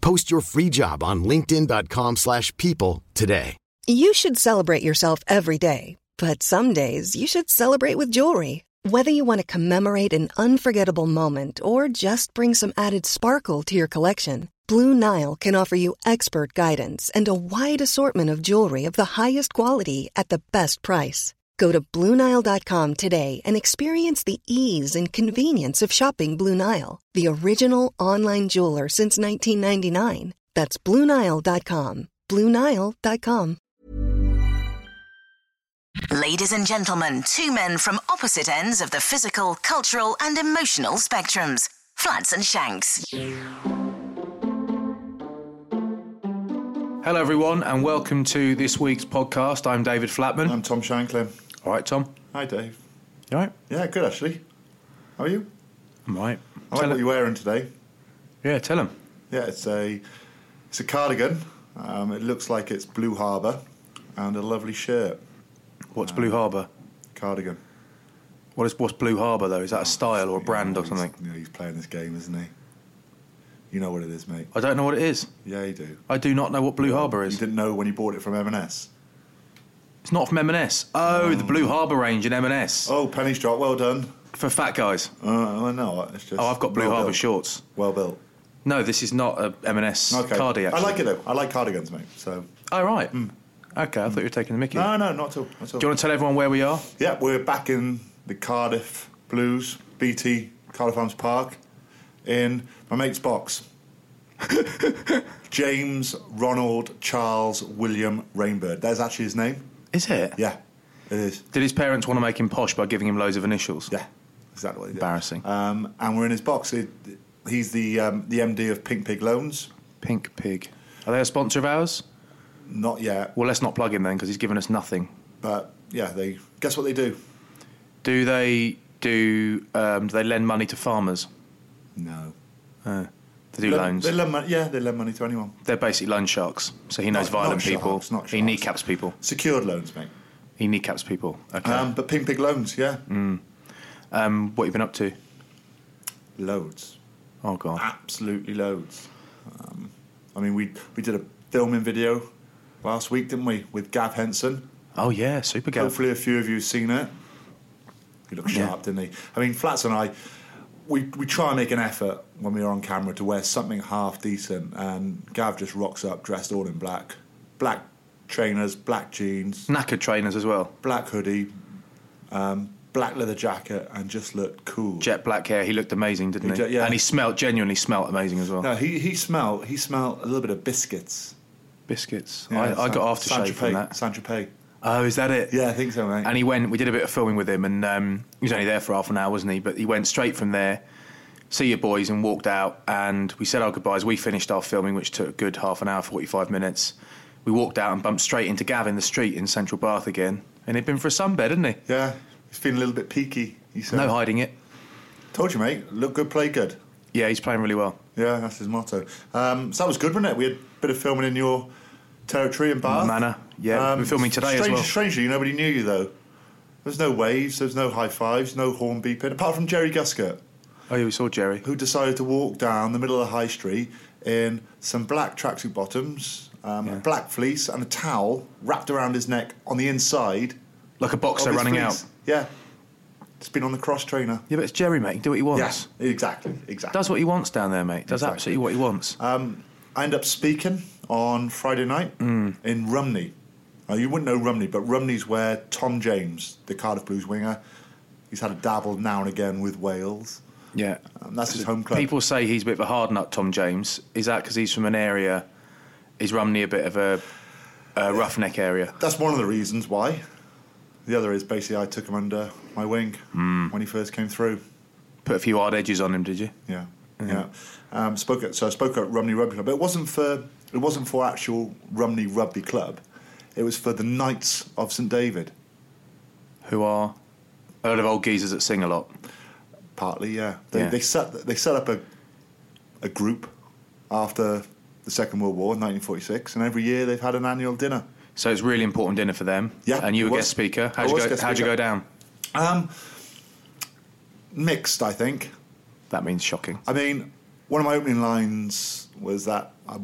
Post your free job on linkedin.com slash people today. You should celebrate yourself every day, but some days you should celebrate with jewelry. Whether you want to commemorate an unforgettable moment or just bring some added sparkle to your collection, Blue Nile can offer you expert guidance and a wide assortment of jewelry of the highest quality at the best price. Go to BlueNile.com today and experience the ease and convenience of shopping Blue Nile, the original online jeweler since 1999. That's BlueNile.com. BlueNile.com. Ladies and gentlemen, two men from opposite ends of the physical, cultural, and emotional spectrums. Flats and Shanks. Hello, everyone, and welcome to this week's podcast. I'm David Flatman. I'm Tom Shanklin. All right, Tom. Hi, Dave. You all right? Yeah, good actually. How are you? I'm all right. I like Tell what him. you're wearing today. Yeah, tell him. Yeah, it's a it's a cardigan. Um, it looks like it's Blue Harbour, and a lovely shirt. What's Blue Harbour? Cardigan. What is what's Blue Harbour though? Is that a style or a brand or He's- something? you know, he's playing this game, isn't he? You know what it is, mate. I don't know what it is. Yeah, you do. I do not know what Blue Harbour You is. didn't know when you bought it from M&S. It's not from M&S. Oh, the Blue Harbour range in M&S Oh, pennies drop. Well done. for fat guys. Uh, I know. It's just. Oh, I've got Blue well Harbour built. shorts. Well built. No, this is not a M&S Okay. cardi. Actually. I like it though. I like cardigans, mate. So. Oh right. Okay, I thought you were taking the Mickey. No, no, not at all. Not at all. Do you want to tell everyone where we are? Yeah, we're back in the Cardiff Blues, BT Cardiff Arms Park, in my mate's box. James Ronald Charles William Rainbird. That's actually his name. Is it? Yeah, it is. Did his parents want to make him posh by giving him loads of initials? Yeah, exactly what he did. Embarrassing. Um, and we're in his box. It, he's the um, the MD of Pink Pig Loans. Pink Pig. Are they a sponsor of ours? Not yet, Well, let's not plug him then because he's given us nothing. but yeah, they guess what they do. Do they do? Um, do they lend money to farmers? No. They do loans. They They're, lend money. Yeah, they lend money to anyone. basically loan sharks. So he knows Not- not violent people. sharks, not he sharks. kneecaps people. Secured loans, mate. He kneecaps people. Okay. Mm. Um, Um, but Pink Pig Loans, yeah, what you been up to? loads. Oh God. absolutely loads. Um, I mean, we we did a filming video last week, didn't we, with Gav Henson? Oh yeah, super Gav. Hopefully, a few of you have seen it. He looked Yeah. sharp, didn't he? I mean, Flats and I, we we try and make an effort when we're on camera to wear something half decent, and Gav just rocks up dressed all in black, black trainers, black jeans, Knackered trainers as well. black hoodie, um, black leather jacket, and just looked cool. Jet black hair. He looked amazing, didn't he? He did, yeah. And he smelt genuinely smelt amazing as well. no, he he smelled he smelled a little bit of biscuits. Biscuits. Yeah, I, I got San- aftershave from that. Saint Tropez. Oh, is that it? Yeah, I think so, mate. And he went. We did a bit of filming with him, and um, he was only there for half an hour, wasn't he? But he went straight from there, see your boys, and walked out. And we said our goodbyes. We finished our filming, which took a good half an hour, forty-five minutes. We walked out and bumped straight into Gav in the street in Central Bath again, and he'd been for a sunbed, hadn't he? yeah, he's feeling a little bit peaky. He said, No hiding it. "Told you, mate. Look good, play good." Yeah, he's playing really well. Yeah, that's his motto. Um, so that was good, wasn't it? We had a bit of filming in your territory in Bath. Manor. Yeah, we're filming today as strange, well. Strangely, nobody knew you though. There's no waves. There's no high fives. No horn beeping. Apart from Jerry Guskett, Oh yeah, we saw Jerry. who decided to walk down the middle of the high street in some black tracksuit bottoms, um, a black fleece, and a towel wrapped around his neck on the inside. Like a of boxer his running out. fleece. Yeah. It's been on the cross trainer. Yeah, but it's Jerry, mate. Do what he wants. Yes, exactly, exactly. Does what he wants down there, mate. Does Exactly. Uh, absolutely what he wants. I end up speaking on Friday night Mm. in Rumney. Now, you wouldn't know Rumney, but Rumney's where Tom James, the Cardiff Blues winger, he's had a dabble now and again with Wales. yeah. Um, that's his home club. People say he's a bit of a hard nut, Tom James. Is that because he's from an area, is Rumney a bit of a, a roughneck area? That's one of the reasons why. The other is basically I took him under my wing Mm. when he first came through. Put a few hard edges on him, did you? Yeah, yeah. Um, spoke at, so I spoke at Rumney Rugby Club. But it wasn't for it wasn't for actual Rumney Rugby Club. It was for the Knights of St David. Who are a lot of old geezers that sing a lot. Partly, yeah. They, Yeah. they set they set up a a group after the Second World War, 1946, and every year they've had an annual dinner. So it's really important dinner for them. Yeah, And you it were was. guest speaker. I How'd you, was go, guest how'd you speaker. go down? Um, mixed, I think. That means shocking. I mean, one of my opening lines was that I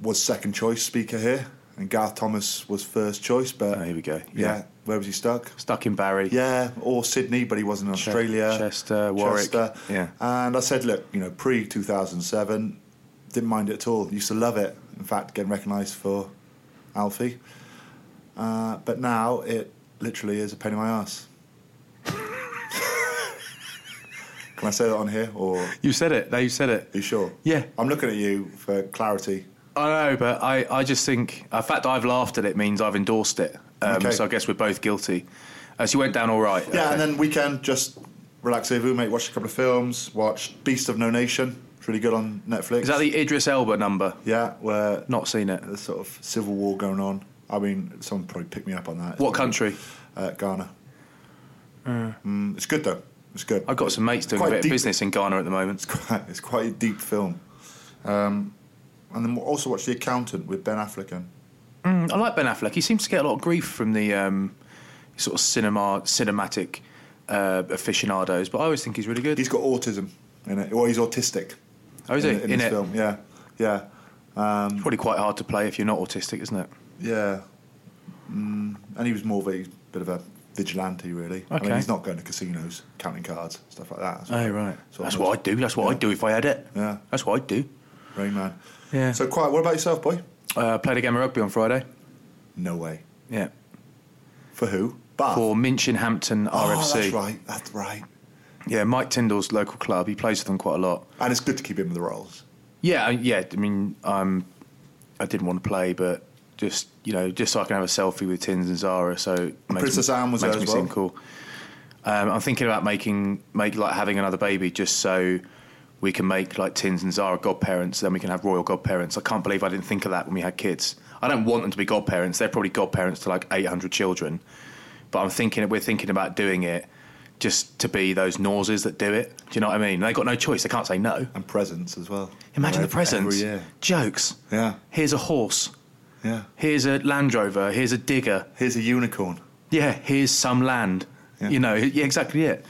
was second choice speaker here, and Garth Thomas was first choice. But Oh, here we go. Yeah, Yeah. where was he stuck? Stuck in Barry. Yeah, or Sydney, but he wasn't in Che- Australia. Chester, Warwick, Chester. yeah. And I said, look, you know, pre 2007, didn't mind it at all. Used to love it. In fact, getting recognised for Alfie. Uh, but now it literally is a pain in my ass. Can I say that on here? Or are You said it. No, you said it. you sure? Yeah. I'm looking at you for clarity. I know, but I, I just think the fact I've laughed at it means I've endorsed it. Um, Okay. So I guess we're both guilty. Uh, so you went down all right. Yeah, Okay. and then weekend, just relax, Vu, mate. Watched a couple of films. Watched Beast of No Nation. It's really good on Netflix. Is that the Idris Elba number? Yeah, where Not seen it. there's sort of civil war going on. I mean, someone probably picked me up on that. What country? Uh, Ghana. Mm, it's good though. It's good. I've got some mates doing Quite a bit deep. of business in Ghana at the moment. it's quite a deep film. Um, and then we also watched The Accountant with Ben Affleck. in. Mm, I like Ben Affleck. He seems to get a lot of grief from the um, sort of cinema cinematic uh, aficionados, but I always think he's really good. He's got autism in it, or he's autistic. oh, is in, he? it- in, In this it? film? Yeah, yeah, It's probably quite hard to play if you're not autistic, isn't it? yeah. Mm, and he was more of a bit of a vigilante, really. I mean, Okay. he's not going to casinos, counting cards, stuff like that. Oh, right. So That's I'm what not- I'd do. That's what I'd do if I had it. Yeah. That's what I'd do. Rain Man. Yeah. So quiet. What about yourself, boy? Uh, played a game of rugby on Friday. No way. Yeah. For who? Bath. For Minchinhampton oh, RFC. that's right. That's right. Yeah, Mike Tyndall's local club. He plays with them quite a lot. And it's good to keep him with the roles. Yeah, I- yeah. I mean, um, I didn't want to play, but just you know, just so I can have a selfie with Tins and Zara. So it makes Princess me, Anne was makes there me as well. seem cool. Um, I'm thinking about making make like having another baby just so we can make like Tins and Zara godparents. Then we can have royal godparents. I can't believe I didn't think of that when we had kids. I don't want them to be godparents. They're probably godparents to like 800 children. But I'm thinking we're thinking about doing it just to be those nauses that do it. Do you know what I mean? They got no choice. They can't say no. And presents as well. Imagine the Every- presents. Every year. Jokes. Yeah. Here's a horse. Yeah. Here's a Land Rover. Here's a digger. Here's a unicorn. Yeah. Here's some land. Yeah. You know. Yeah. Exactly it.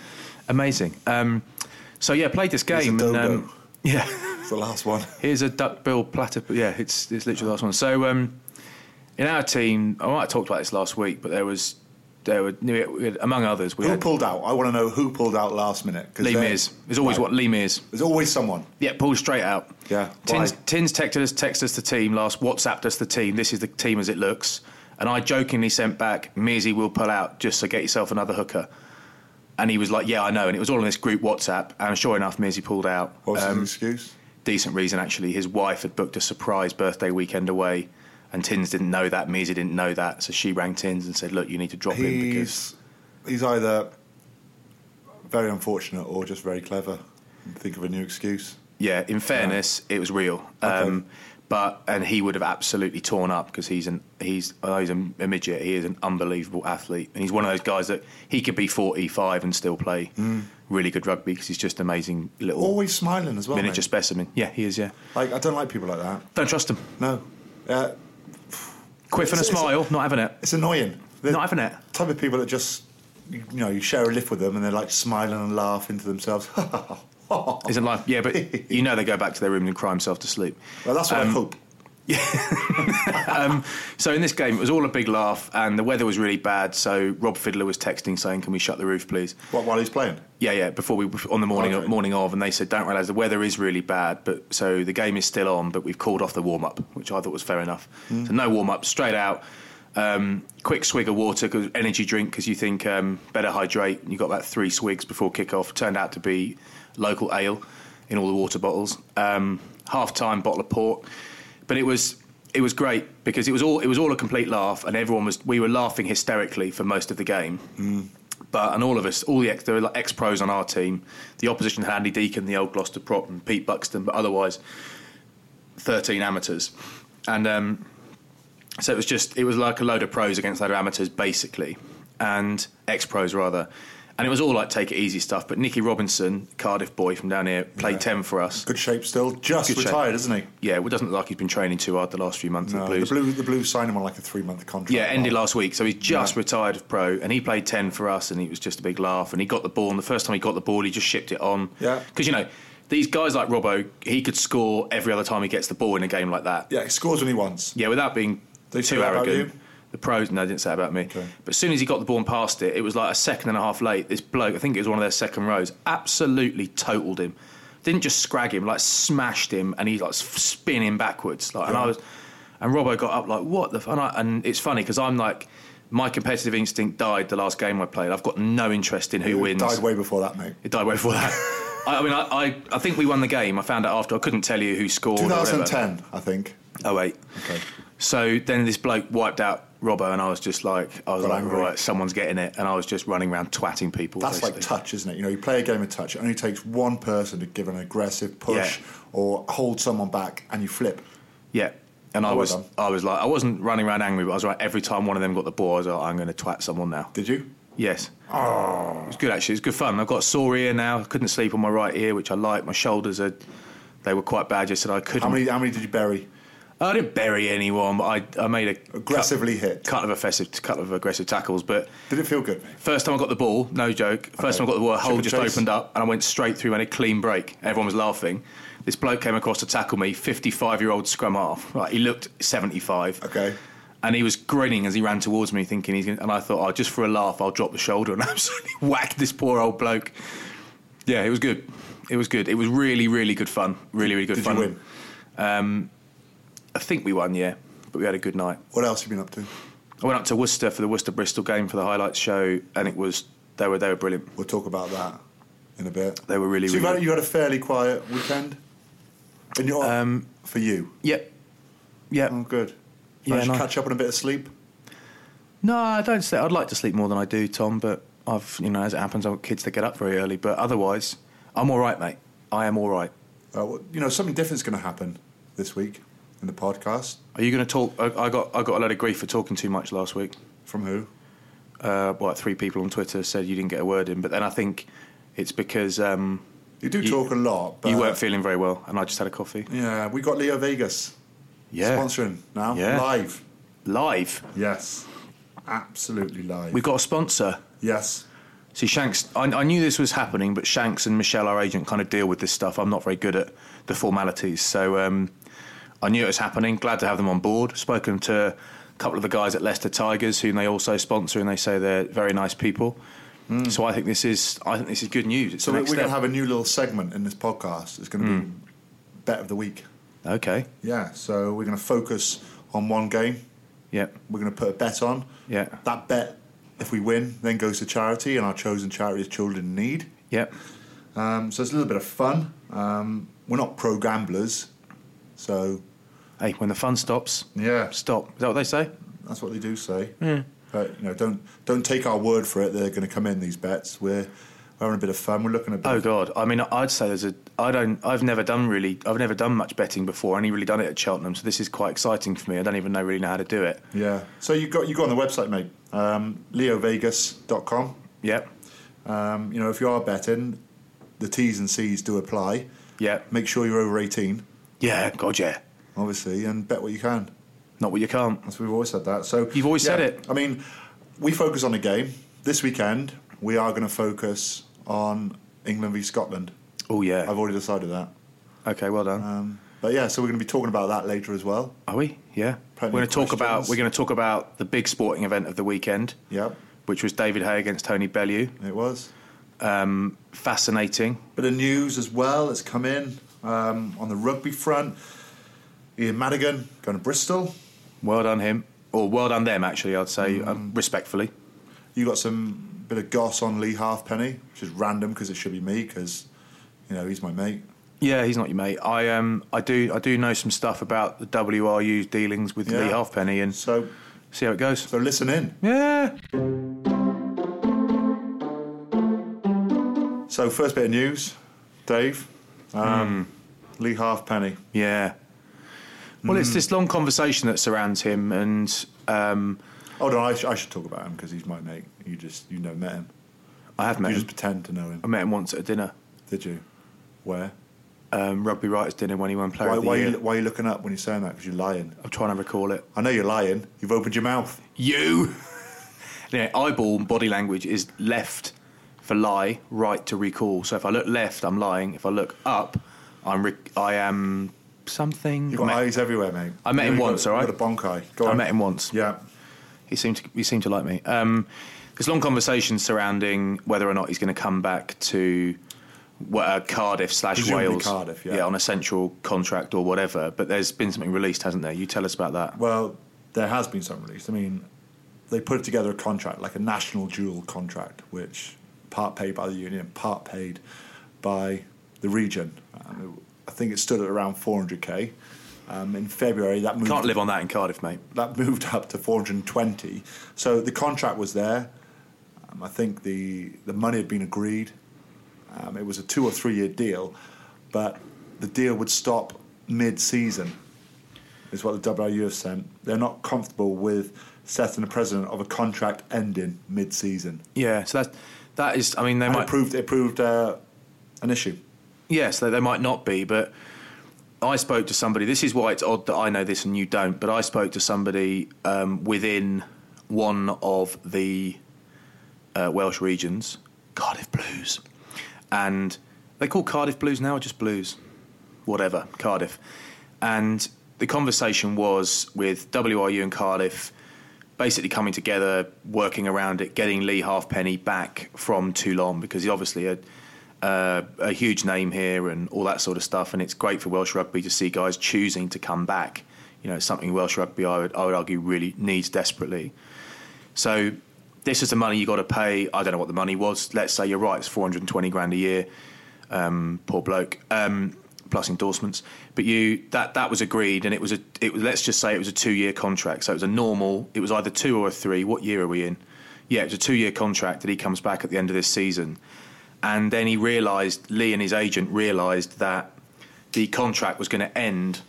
Amazing. Um, so yeah, played this Here's a game. dodo. um, yeah. It's the last one. Here's a duckbill platypus. Yeah, it's it's literally the last one. So um, in our team, I might have talked about this last week, but there was there were we had- among others we who had pulled out? I want to know who pulled out last minute. 'cause Lee they're- Mears. There's always Right. what Lee Mears. There's always someone. Yeah, pulled straight out. Yeah, Tins, why? Tins texted us, texted us the team last, WhatsApped us the team. This is the team as it looks. And I jokingly sent back, Mearsy will pull out just so get yourself another hooker. And he was like, yeah, I know. And it was all in this group WhatsApp. And sure enough, Mearsy pulled out. What was his Um, excuse? decent reason, actually. His wife had booked a surprise birthday weekend away. And Tins didn't know that. Mearsy didn't know that. So she rang Tins and said, look, you need to drop him because He's, he's either very unfortunate or just very clever. Think of a new excuse. Yeah, in fairness, it was real. Um, but and he would have absolutely torn up because he's an he's although he's a, a midget. He is an unbelievable athlete, and he's one of those guys that he could be forty five and still play really good rugby because he's just amazing little Always smiling as well. miniature mate. specimen. Yeah, he is. Yeah, Like I don't like people like that. don't trust him. No. Uh, Quiff and a It's- it's- smile, not having it. It's annoying. The Not having it. type of people that just, you know, you share a lift with them and they're like smiling and laugh into themselves. Isn't life? Yeah, but you know they go back to their room and cry themselves to sleep. Well, that's what Um, I hope. So in this game, it was all a big laugh, and the weather was really bad. So Rob Fiddler was texting saying, "Can we shut the roof, please?" What, while he's playing? Yeah, yeah. Before we on the morning Okay. morning of, and they said, "Don't realise the weather is really bad, but so the game is still on, but we've called off the warm up, which I thought was fair enough. So no warm up, straight out. Um, quick swig of water, 'cause- energy drink, because you think um, better hydrate. And you got about three swigs before kick off. Turned out to be local ale in all the water bottles. Um, Half time bottle of port, but it was it was great because it was all it was all a complete laugh, and everyone was we were laughing hysterically for most of the game but and all of us, all the ex, there were like ex pros on our team. The opposition had Andy Deacon, the old Gloucester prop, and Pete Buxton, but otherwise, thirteen amateurs, and um, so it was just it was like a load of pros against a load of amateurs, basically, and ex pros rather. And it was all like take it easy stuff. But Nicky Robinson, Cardiff boy from down here, played ten for us. Good shape still. Just Good shape. retired, isn't he? Yeah, it doesn't look like he's been training too hard the last few months. No, of the Blues. The Blues, the Blues signed him on like a three month contract. Yeah, ended Wow. last week. So he's just retired of pro, and he played ten for us, and it was just a big laugh. And he got the ball, and the first time he got the ball, he just shipped it on. Yeah. because you know these guys like Robbo, he could score every other time he gets the ball in a game like that. Yeah, he scores when he wants. Yeah, without being They say too that about arrogant. you? The pros, no, they didn't say that about me. Okay. But as soon as he got the ball and passed it, it was like a second and a half late. This bloke, I think it was one of their second rows, absolutely totaled him. Didn't just scrag him, like smashed him, and he's like s- spinning backwards. Like, and I was, and Robbo got up like, what the? F-? And, I, and it's funny because I'm like, my competitive instinct died the last game I played. I've got no interest in who wins. Died way before that, mate. It died way before that. I, I mean, I, I, I think we won the game. I found out after. I couldn't tell you who scored. or whatever. 2010, I think. Oh wait. Okay. So then this bloke wiped out Robbo, and I was just like, I was Got like, angry. right, someone's getting it, and I was just running around twatting people. That's like basically. touch, isn't it? You know, you play a game of touch. It only takes one person to give an aggressive push Yeah. or hold someone back, and you flip. yeah. And I Well was, done. I was like, I wasn't running around angry, but I was like, every time one of them got the ball, I was like, I'm going to twat someone now. Did you? Yes. Oh. It was good actually. It was good fun. I've got a sore ear now. I couldn't sleep on my right ear, which I like. My shoulders are, they were quite bad yesterday. I couldn't. How many? How many did you bury? I didn't bury anyone, but I, I made a Aggressively cut, hit. couple of aggressive, couple of aggressive tackles, but. Did it feel good? mate? First time I got the ball, no joke. First time I Okay. got the ball, a hole Chip and just chase. opened up and I went straight through and a clean break. Everyone was laughing. This bloke came across to tackle me, 55 year old scrum half. Right, he looked 75. Okay. And he was grinning as he ran towards me, thinking he's going to. And I thought, oh, just for a laugh, I'll drop the shoulder and absolutely whack this poor old bloke. Yeah, it was good. It was good. It was really, really good fun. Really, really good Did fun. you win? I think we won, yeah. But we had a good night. What else have you been up to? I went up to Worcester for the Worcester Bristol game for the highlights show, and it was. They were, they were brilliant. We'll talk about that in a bit. They were really, So you've really had, good. you had a fairly quiet weekend. And you're Um, for you. Yep. Yep. Oh, good. uh, Yeah, Managed to nice. catch up on a bit of sleep. No, I don't sleep. I'd like to sleep more than I do, Tom, but I've, you know, as it happens, I've got kids that get up very early. But otherwise, I'm all right, mate. I am all right. Uh, well, you know, something different's going to happen this week in the podcast. Are you going to talk? I, I got I got a lot of grief for talking too much last week. From who? Uh, well, three people on Twitter said you didn't get a word in, but then I think it's because um, You do talk a lot, but you weren't feeling very well, and I just had a coffee. Yeah, we got Leo Vegas Yeah, sponsoring now Yeah. live. live. Yes, absolutely live. We got a sponsor. yes. See, Shanks, I, I knew this was happening, but Shanks and Michelle, our agent, kind of deal with this stuff. I'm not very good at the formalities. So um, I knew it was happening. Glad to have them on board. Spoken to a couple of the guys at Leicester Tigers, whom they also sponsor, and they say they're very nice people. So I think this is I think this is good news. It's Mm. So the we- next we're going to step. Mm. have a new little segment in this podcast. It's going to be bet of the week. okay. Yeah. So we're going to focus on one game. Yep. We're going to put a bet on. Yeah. That bet, if we win, then goes to charity, and our chosen charity is Children in Need. Yep. Um, so it's a little bit of fun. Um, we're not pro gamblers, so Hey, when the fun stops, Yeah. stop. Is that what they say? That's what they do say. But you know, don't don't take our word for it. They're going to come in these bets. We're, we're having a bit of fun. We're looking at. a bit Oh of- God! I mean, I'd say there's a. I don't. I've never done really. I've never done much betting before. I only really done it at Cheltenham, so this is quite exciting for me. I don't even know really know how to do it. Yeah. So you got you go on the website, mate. Um, LeoVegas.com. Yep. Um, you know, if you are betting, the T's and C's do apply. Yep. Make sure you're over eighteen, Yeah. God, yeah. obviously, and bet what you can. Not what you can't. That's we've always said that. So You've always said it. I mean, we focus on a game this weekend. We are going to focus on England v Scotland. Oh, yeah. I've Uh, already decided that. Okay, well done. Um, But yeah, so we're going to be talking about that later as well. Are we? Yeah. We're Plenty going of to talk about questions. we're going to talk about the big sporting event of the weekend, Yep, which was David Hay against Tony Bellew. it was. Fascinating. Bit of news as well that's come in um, on the rugby front. Ian Madigan going to Bristol. Well done him, or well done them. Actually, I'd say Mm. um, respectfully. You got some bit of goss on Lee Halfpenny, which is random because it should be me because, you know, he's my mate. Yeah, he's not your mate. I um I do I do know some stuff about the WRU's dealings with Lee Yeah. Halfpenny and So, see how it goes. so listen in. yeah. So first bit of news, Dave, um, Hmm. Lee Halfpenny. Yeah. Mm. Well, it's this long conversation that surrounds him, and um, Hold on, I, sh- I should talk about him because he's my mate. You just you never met him. I have You met just him. pretend to know him. I met him once at a dinner, Did you? Where? um, rugby writers dinner when he won player Why, of the why, year. you, why are you looking up when you're saying that? Because you're lying. I'm trying to recall it. I know you're lying. You've opened your mouth. You. yeah, eyeball and body language is left for lie, right to recall. So if I look left, I'm lying. If I look up, I'm re- I am something. You've got I, met, eyes everywhere, mate. I met him You've got- once, all right? You've got a bonk eye. Go I on. met him once. Yeah. He seemed to he seemed to like me. Um, there's long conversations surrounding whether or not he's going to come back to wha- uh, Cardiff slash Presumably Wales. Cardiff, yeah. yeah, on a central contract or whatever. But there's been something released, hasn't there? You tell us about that. Well, there has been some released. I mean, they put together a contract, like a national dual contract, which part paid by the union, part paid by the region. Um, it- I think it stood at around 400k. Um, in February, that moved. Can't live on that in Cardiff, mate. that moved up to 420. So the contract was there. Um, I think the the money had been agreed. Um, it was a two or three year deal, but the deal would stop mid season. Is what the WRU have sent. They're not comfortable with setting the president of a contract ending mid season. Yeah, so that that is. I mean, they And might it proved it proved uh, an issue. Yes, they, they might not be, but I spoke to somebody. This is why it's odd that I know this and you don't. But I spoke to somebody um, within one of the uh, Welsh regions, Cardiff Blues, and they call Cardiff Blues now or just Blues, whatever Cardiff. And the conversation was with WRU and Cardiff, basically coming together, working around it, getting Lee Halfpenny back from Toulon because he's obviously a a huge name here and all that sort of stuff. And it's great for Welsh rugby to see guys choosing to come back. You know, it's something Welsh rugby, I would, I would argue, really needs desperately. So this is the money you got to pay. I don't know what the money was. Let's say you're right, it's 420 grand a year. Um, poor bloke. Um, plus endorsements. But you that that was agreed and it was a it was let's just say it was a two year contract. So it was a normal it was either two or a three. What year are we in? Yeah, it was a two year contract that he comes back at the end of this season and then he realised Lee and his agent realised that the contract was going to end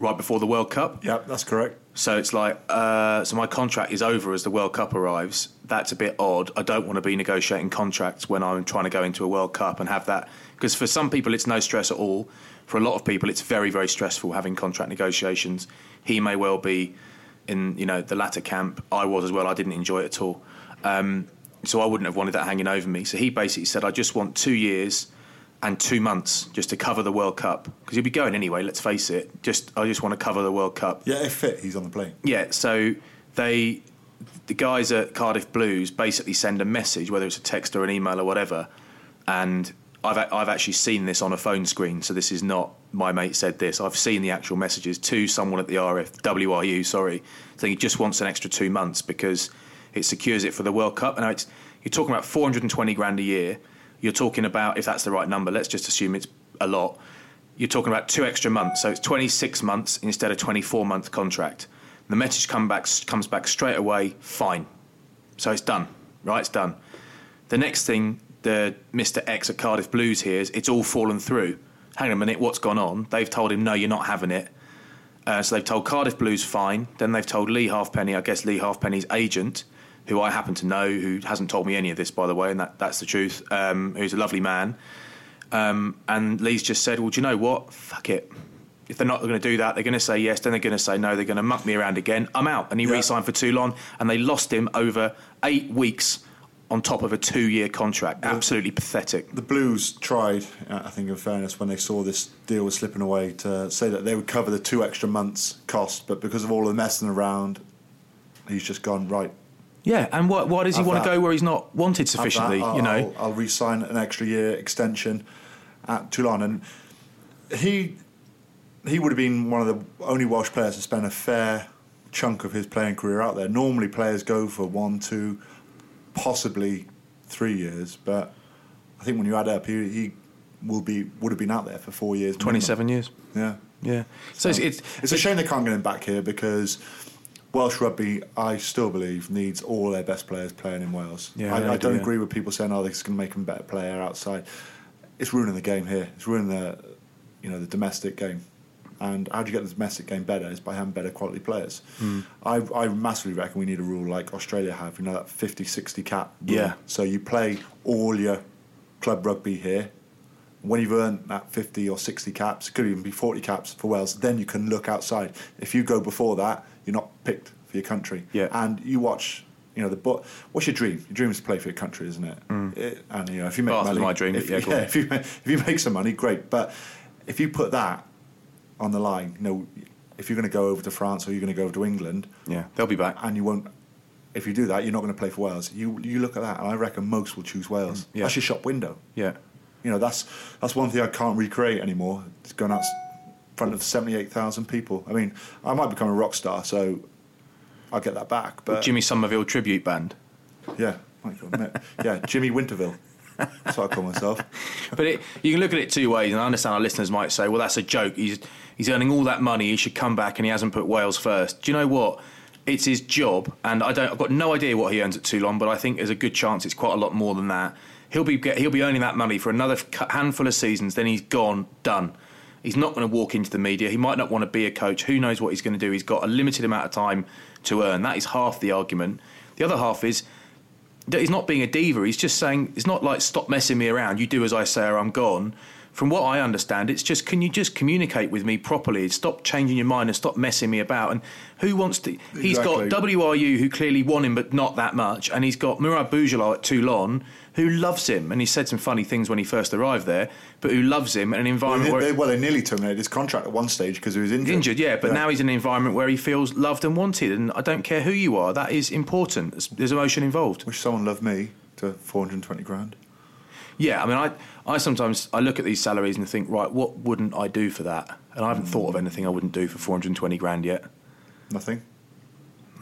right before the World Cup. Yep, that's correct. So it's like, uh, so my contract is over as the World Cup arrives. That's a bit odd. I don't want to be negotiating contracts when I'm trying to go into a World Cup and have that. Because for some people, it's no stress at all. For a lot of people, it's very, very stressful having contract negotiations. He may well be in, you know, the latter camp. I was as well. I didn't enjoy it at all. Um, so I wouldn't have wanted that hanging over me. So he basically said, I just want two years and two months just to cover the World Cup. Because you'll be going anyway, let's face it. Just I just want to cover the World Cup. Yeah, if fit, he's on the plane. Yeah, so they, the guys at Cardiff Blues basically send a message, whether it's a text or an email or whatever, and I've a- I've actually seen this on a phone screen. So this is not my mate said this. I've seen the actual messages to someone at the RF WRU. Sorry, saying he just wants an extra two months because it secures it for the World Cup. And now it's you're talking about 420 grand a year. You're talking about if that's the right number. Let's just assume it's a lot you're talking about two extra months, so it's 26 months instead of 24 month contract. The message come back, comes back straight away, fine. So it's done, right? It's done. The next thing, the Mr. X at Cardiff Blues hears, it's all fallen through. Hang on a minute, what's gone on? They've told him, no, you're not having it. Uh, so they've told Cardiff Blues fine. Then they've told Lee Halfpenny, I guess Lee Halfpenny's agent, who I happen to know, who hasn't told me any of this, by the way, and that, that's the truth, um, who's a lovely man. Um, and Lee's just said, well, do you know what? Fuck it. If they're not going to do that, they're going to say yes, then they're going to say no, they're going to muck me around again. I'm out. And he Yeah. re signed for Toulon, and they lost him over eight weeks on top of a two-year contract. Absolutely pathetic. The Blues tried, uh, I think, in fairness, when they saw this deal was slipping away, to say that they would cover the two extra months' cost, but because of all the messing around, he's just gone right. Yeah, and why, why does he Have want to that. go where he's not wanted have that, sufficiently? I'll, you know, I'll, I'll re-sign an extra year extension at Toulon, and he he would have been one of the only Welsh players to spend a fair chunk of his playing career out there. Normally, players go for one, two, possibly three years, but I think when you add up, he, he will be would have been out there for four years, minimum. twenty-seven years. Yeah, Yeah, so it's, it's it's a shame they can't get him back here because Welsh rugby, I still believe, needs all their best players playing in Wales. Yeah, I, they I do, don't yeah. agree with people saying, "Oh, this is going to make him a better player outside." It's ruining the game here. It's ruining the, you know, the domestic game. And how do you get the domestic game better? Is by having better quality players. Hmm. I, I massively reckon we need a rule like Australia have, you know, that 50 60 cap rule. Yeah. So you play all your club rugby here, when you've earned that 50 or 60 caps, it could even be 40 caps for Wales, then you can look outside. If you go before that, you're not picked for your country. Yeah. And you watch, you know, the but what's your dream? Your dream is to play for your country, isn't it? It- and you know, if you make Bath was money, Mm. my dream, if, but yeah, go on. if you make, if you make some money, great. But if you put that on the line, you know, if you're going to go over to France or you're going to go over to England, yeah, they'll be back. and you won't. If you do that, you're not going to play for Wales. You you look at that, and I reckon most will choose Wales. yeah. That's your shop window. Yeah. You know, that's that's one thing I can't recreate anymore. It's going out in front of seventy-eight thousand people. I mean, I might become a rock star, so I'll get that back. But Jimmy Somerville tribute band. yeah, my God, no. yeah, Jimmy Winterville. That's what I call myself. But it, you can look at it two ways, and I understand our listeners might say, "Well, that's a joke. He's he's earning all that money. He should come back, and he hasn't put Wales first. Do you know what? It's his job, and I don't. I've got no idea what he earns at Toulon, but I think there's a good chance it's quite a lot more than that. He'll be get, he'll be earning that money for another cu- handful of seasons. Then he's gone, done. He's not going to walk into the media. He might not want to be a coach. Who knows what he's going to do? He's got a limited amount of time to earn. That is half the argument. The other half is that he's not being a diva. He's just saying it's not like stop messing me around. You do as I say, or I'm gone. From what I understand, it's just can you just communicate with me properly? Stop changing your mind and stop messing me about. And who wants to? He's got Exactly. WRU who clearly want him, but not that much. And he's got Murad Boujala at Toulon who loves him, and he said some funny things when he first arrived there, but who loves him in an environment They, where they, well, they nearly terminated his contract at one stage because he was injured. injured, yeah, but now he's in an environment where he feels loved and wanted. And I don't care who you are, that is important. There's- There's emotion involved. wish someone loved me to four hundred and twenty grand. Yeah, I mean, I, I sometimes I look at these salaries and think, right, what wouldn't I do for that? And I haven't thought of anything I wouldn't do for 420 grand yet. Nothing.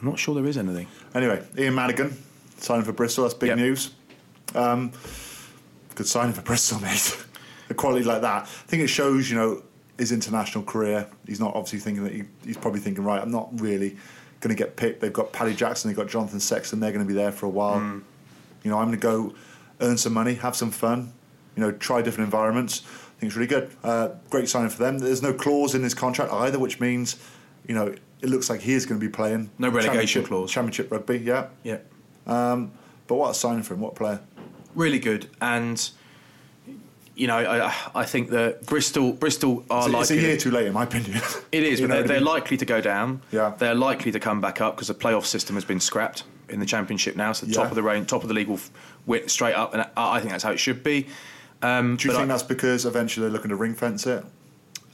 I'm not sure there is anything. Anyway, Ian Madigan signing for Bristol. That's big Yep. news. Um, good signing for Bristol, mate. A quality like that. I think it shows, you know, his international career. He's not obviously thinking that he, he's probably thinking, right, I'm not really going to get picked. They've got Paddy Jackson, they've got Jonathan Sexton. They're going to be there for a while. Hmm. You know, I'm going to go earn some money, have some fun. You know, try different environments. I think it's really good. Uh, great signing for them. There's no clause in his contract either, which means, you know, it looks like he is going to be playing No relegation championship- clause. Championship rugby, yeah. Yeah. But what a signing for him! What a player? Really good. And, you know, I, I think that Bristol Bristol are It's, like. it's a year too late, in my opinion. It is, You but know they're, what I they're mean? likely to go down. Yeah. They're likely to come back up because the playoff system has been scrapped in the championship now. So the top Yeah. of the range, top of the league will f- win straight up, and I, I think that's how it should be. Do you but think I- that's because eventually they're looking to ring fence it?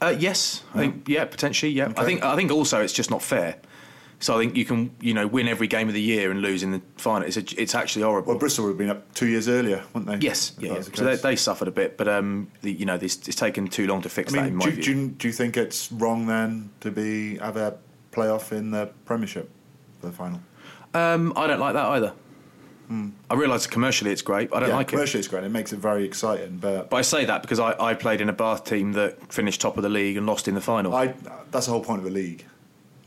Uh, yes, I think yeah, potentially. Yeah, I think I think also it's just not fair. So I think you can you know win every game of the year and lose in the final. It's a, it's actually horrible. Well, Bristol would have been up two years earlier, wouldn't they? yes, If yeah, that yeah. was the so they, case. they suffered a bit, but um, the, you know, this it's taken too long to fix I that. In mean, my do, view, do, you, do you think it's wrong then to be have a playoff in the Premiership for the final? um, I don't like that either. I realise commercially it's great. But I don't Hmm. yeah, like it. commercially it's great. It makes it very exciting, but, But I say that because I, I played in a Bath team that finished top of the league and lost in the final. I, I that's the whole point of the league.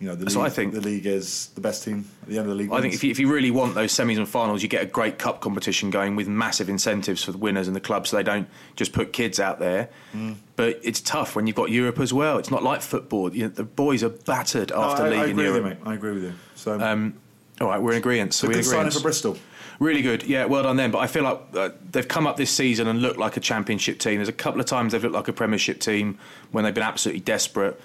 You know, the That's league, what I think. the league is the best team at the end of the league. think wins. if you, if you really want those semis and finals, you get a great cup competition going with massive incentives for the winners and the clubs so they don't just put kids out there. Mm. But it's tough when you've got Europe as well. It's not like football. You know, the boys are battered No, after I, league I in agree Europe. Um, with you, mate. I agree with you. So, All right, we're in agreement. so So good we're signing for Bristol. Really good. Yeah, well done them. But I feel like uh, they've come up this season and looked like a championship team. There's a couple of times they've looked like a premiership team when they've been absolutely desperate.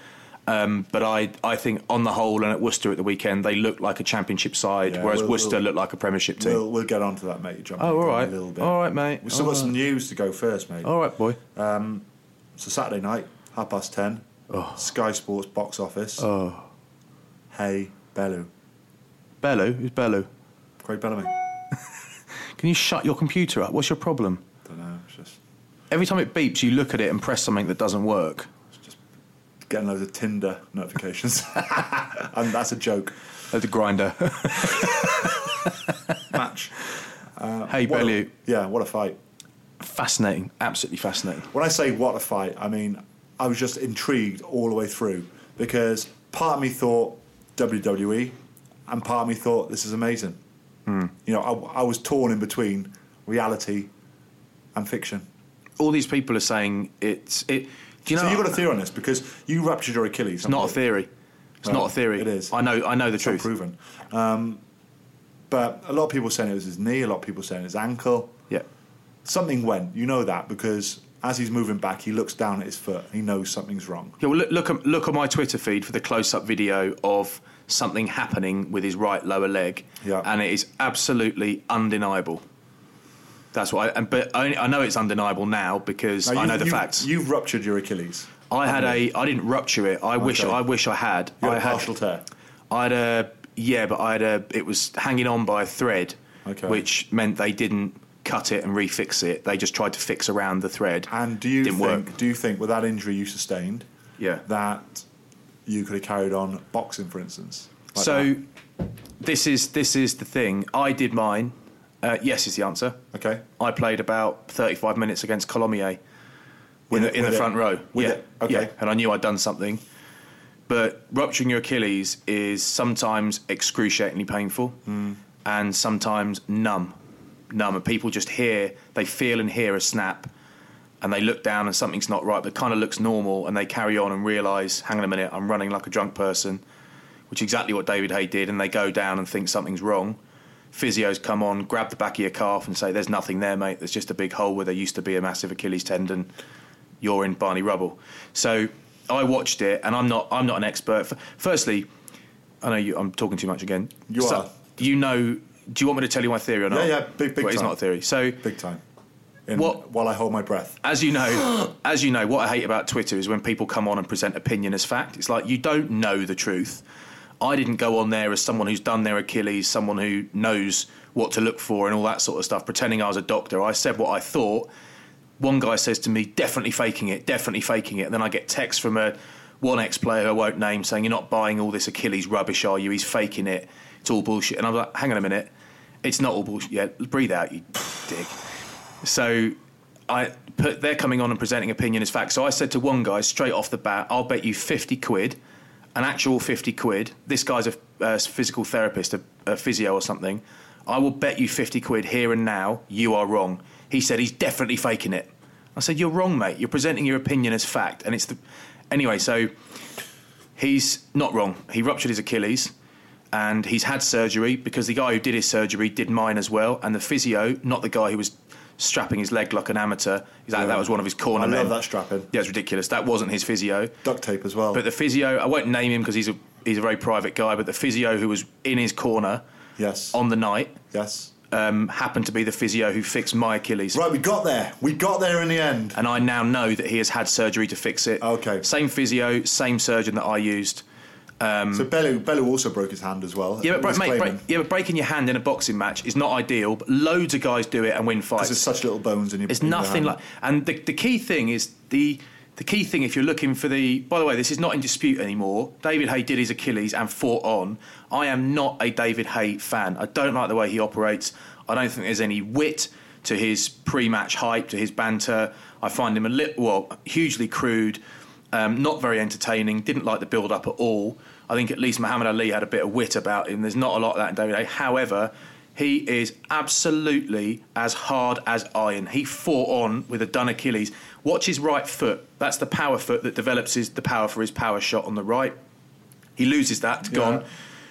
Um, but I, I think on the whole, and at Worcester at the weekend, they looked like a championship side, Yeah, whereas we'll- Worcester we'll- looked like a Premiership team. We'll, we'll get on to that, mate. You're jumping Oh, the all gun right. a little bit. All right, mate. We still All got some right. news to go first, mate. All right, boy. So Saturday night, half past ten, Sky Sports box office. Oh. Hey, Bellew. Bellew, who's Bellew? Craig Bellamy. Can you shut your computer up? What's your problem? Don't know. It's just Every time it beeps, you look at it and press something that doesn't work. getting loads of Tinder notifications, and that's a joke. Oh, the grinder. Match. hey, What a- Bellew. yeah, what a fight. Fascinating. Absolutely fascinating. When I say what a fight, I mean I was just intrigued all the way through because part of me thought WWE, and part of me thought this is amazing. You know, I, I was torn in between reality and fiction. All these people are saying it's. It, do you know? so you've got a theory on this because you ruptured your Achilles. It's not a theory. It's Well, not a theory. it is. I know. I know the truth. proven. Um, but a lot of people saying it was his knee. A lot of people saying his ankle. Yeah. Something went. You know that because as he's moving back, he looks down at his foot. He knows something's wrong. Yeah. Well, look look at, look at my Twitter feed for the close-up video of something happening with his right lower leg. Yeah. And it is absolutely undeniable. That's why. And but I, I know it's undeniable now because Now, I you- know the you- facts. You've ruptured your Achilles. I had a. I didn't rupture it. I wish. Okay. I wish I had. You had I a partial tear. I had a yeah, but I had a. It was hanging on by a thread, Okay. which meant they didn't cut it and refix it. They just tried to fix around the thread. And do you didn't think? work? Do you think with that injury you sustained? Yeah. That you could have carried on boxing, for instance. like so that? this is this is the thing. I did mine. Uh, yes is the answer. okay. I played about thirty-five minutes against Colomier in, With the, it- in the with it- front row. with yeah, it, okay. yeah, and I knew I'd done something. But rupturing your Achilles is sometimes excruciatingly painful, Mm. and sometimes numb, numb. And people just hear, they feel and hear a snap, and they look down and something's not right, but kind of looks normal, and they carry on and realise, hang on a minute, I'm running like a drunk person, which is exactly what David Hay did, and they go down and think something's wrong. Physios come on, grab the back of your calf, and say, "There's nothing there, mate. There's just a big hole where there used to be a massive Achilles tendon. You're in Barney rubble." So I watched it, and I'm not, I'm not an expert. F- Firstly, I know you, I'm talking too much again. You So- are. You know. Do you want me to tell you my theory or not? yeah, big- big Well, it's time. not a theory. So Big time. In, What- While I hold my breath. as you know, as you know, what I hate about Twitter is when people come on and present opinion as fact. It's like you don't know the truth. I didn't go on there as someone who's done their Achilles, someone who knows what to look for and all that sort of stuff, pretending I was a doctor. I said what I thought. One guy says to me, definitely faking it, definitely faking it. And then I get text from a one ex player I won't name saying, You're not buying all this Achilles rubbish, are you? He's faking it. It's all bullshit. And I'm like, hang on a minute. It's not all bullshit. Yeah, breathe out, you dig. So I put they're coming on and presenting opinion as fact. So I said to one guy straight off the bat, I'll bet you fifty quid, an actual fifty quid. This guy's a, a physical therapist, a, a physio or something. I will bet you fifty quid here and now. You are wrong. He said he's definitely faking it. I said you're wrong, mate. You're presenting your opinion as fact, and it's the anyway. So he's not wrong. He ruptured his Achilles and he's had surgery because the guy who did his surgery did mine as well. And the physio, not the guy who was strapping his leg like an amateur, is that, that was one of his corner I men. love that strapping. Yeah, it's ridiculous. That wasn't his physio. Duct tape as well. But the physio, I won't name him because he's a he's a very private guy. But the physio who was in his corner yes. on the night yes. um, happened to be the physio who fixed my Achilles. Right, we got there. We got there in the end. and I now know that he has had surgery to fix it. Okay. Same physio, same surgeon that I used. so Bellew, Bellew also broke his hand as well. Mm. Yeah, but, bre- mate, Disclaiming. break, yeah, but breaking your hand in a boxing match is not ideal. But loads of guys do it and win fights. There's such little bones in your. It's in your nothing hand. like. And the, the key thing is the the key thing if you're looking for the. By the way, this is not in dispute anymore. David Hay did his Achilles and fought on. I am not a David Hay fan. I don't like the way he operates. I don't think there's any wit to his pre-match hype, to his banter. I find him a little, well, hugely crude. Um, not very entertaining. Didn't like the build up at all. I think at least Muhammad Ali had a bit of wit about him. There's not a lot of that in David Hay. However, he is absolutely as hard as iron. He fought on with a done Achilles. Watch his right foot. That's the power foot that develops his, the power for his power shot on the right. He loses that, gone.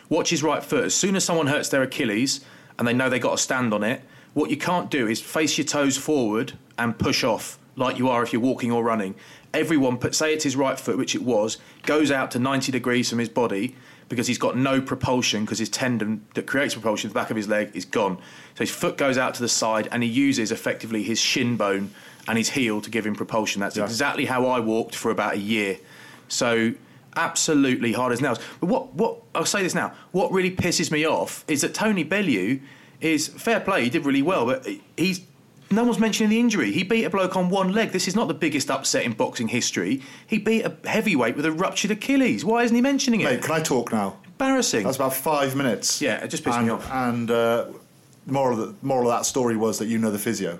Watch his right foot. As soon as someone hurts their Achilles and they know they got to stand on it, what you can't do is face your toes forward and push off like you are if you're walking or running. Everyone, put, say it's his right foot, which it was, goes out to 90 degrees from his body because he's got no propulsion because his tendon that creates propulsion, the back of his leg, is gone. So his foot goes out to the side and he uses effectively his shin bone and his heel to give him propulsion. That's exactly how I walked for about a year. So absolutely hard as nails. But what, what I'll say this now, what really pisses me off is that Tony Bellew is fair play, he did really well, but he's no one's mentioning the injury. He beat a bloke on one leg. This is not the biggest upset in boxing history. He beat a heavyweight with a ruptured Achilles. Why isn't he mentioning it? Mate, can I talk now? Embarrassing. That's about five minutes. Yeah, it just pissed and, me off. And uh, moral of the moral of that story was that you know the physio.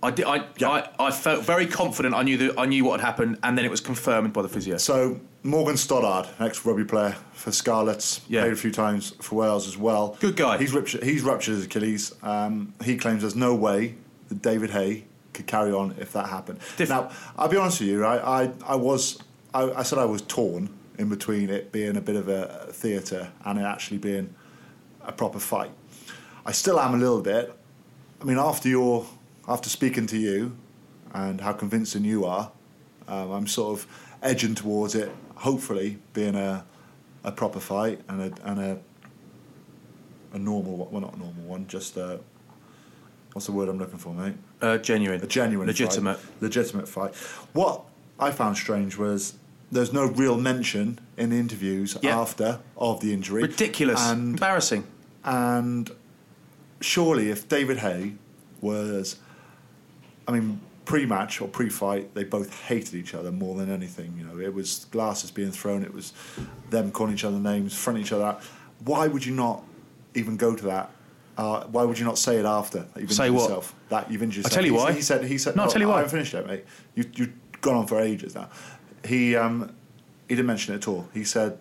I, did, I, I, I felt very confident. I knew that I knew what had happened, and then it was confirmed by the physio. So Morgan Stoddard, ex rugby player for Scarlets, Yeah. played a few times for Wales as well. Good guy. He's ruptured, he's ruptured his Achilles. Um, he claims there's no way that David Hay could carry on if that happened. Diff- now, I'll be honest with you. Right, I I was I, I said I was torn in between it being a bit of a theatre and it actually being a proper fight. I still am a little bit. I mean, after your after speaking to you and how convincing you are, um, I'm sort of edging towards it. Hopefully, being a a proper fight and a and a a normal one. Well, not a normal one. Just a what's the word I'm looking for, mate? uh, genuine, A genuine, legitimate. fight. legitimate fight. What I found strange was there's no real mention in the interviews Yeah. after of the injury. Ridiculous, And embarrassing. and surely, if David Hay was, I mean, pre-match or pre-fight, they both hated each other more than anything. You know, it was glasses being thrown. It was them calling each other names, fronting each other out. Why would you not even go to that? Uh, why would you not say it after that you've injured Say what? yourself? That you've injured I'll yourself. tell you He- why. He said. He said. No, I'll oh, tell you why. I haven't finished yet, mate. You, you've gone on for ages now. He um, he didn't mention it at all. He said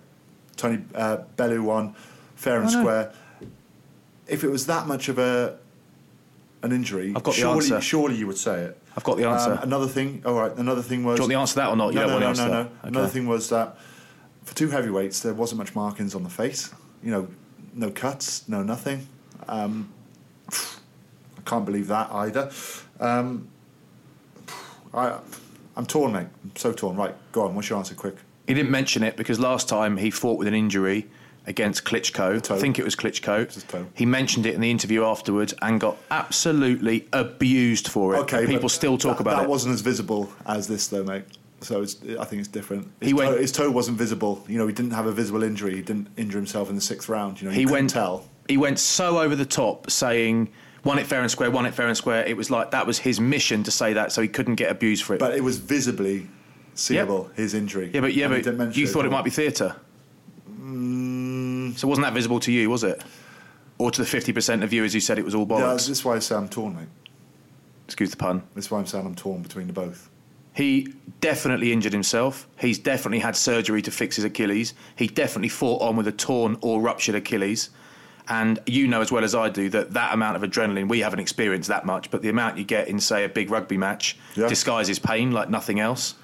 Tony uh, Bellew won fair and I know. square. If it was that much of a an injury, I've got the surely, answer. surely you would say it. Um, I've got the answer. another thing, all right. Another thing was. Do you want the answer to that or not? You no, don't no, want no, the answer no, to no. that. Okay. Another thing was that for two heavyweights, there wasn't much markings on the face. You know, no cuts, no nothing. Um, I can't believe that either. Um, I, I'm torn, mate. I'm so torn. Right, go on. What's your answer, quick? He didn't mention it because last time he fought with an injury against Klitschko. I think it was Klitschko. was toe. He mentioned it in the interview afterwards and got absolutely abused for it. Okay, And people but still talk that, about that it. wasn't as visible as this, though, mate. So it's, I think it's different. His, He went- toe, his toe wasn't visible. You know, he didn't have a visible injury. He didn't injure himself in the sixth round. You know, you he couldn't went tell. He went so over the top, saying "Won it fair and square, won it fair and square." It was like that was his mission to say that, so he couldn't get abused for it. But it was visibly seeable his injury. yeah, but yeah, And he didn't but mention you Mm, thought at it all. might be theatre. So wasn't that visible to you, was it? Or to the fifty percent of viewers who said it was all Yeah, bollocks? that's, that's why I say I'm torn, mate. Excuse the pun. That's why I'm saying I'm torn between the both. He definitely injured himself. He's definitely had surgery to fix his Achilles. He definitely fought on with a torn or ruptured Achilles. And you know as well as I do that that amount of adrenaline, we haven't experienced that much, but the amount you get in, say, a big rugby match Yeah. disguises pain like nothing else.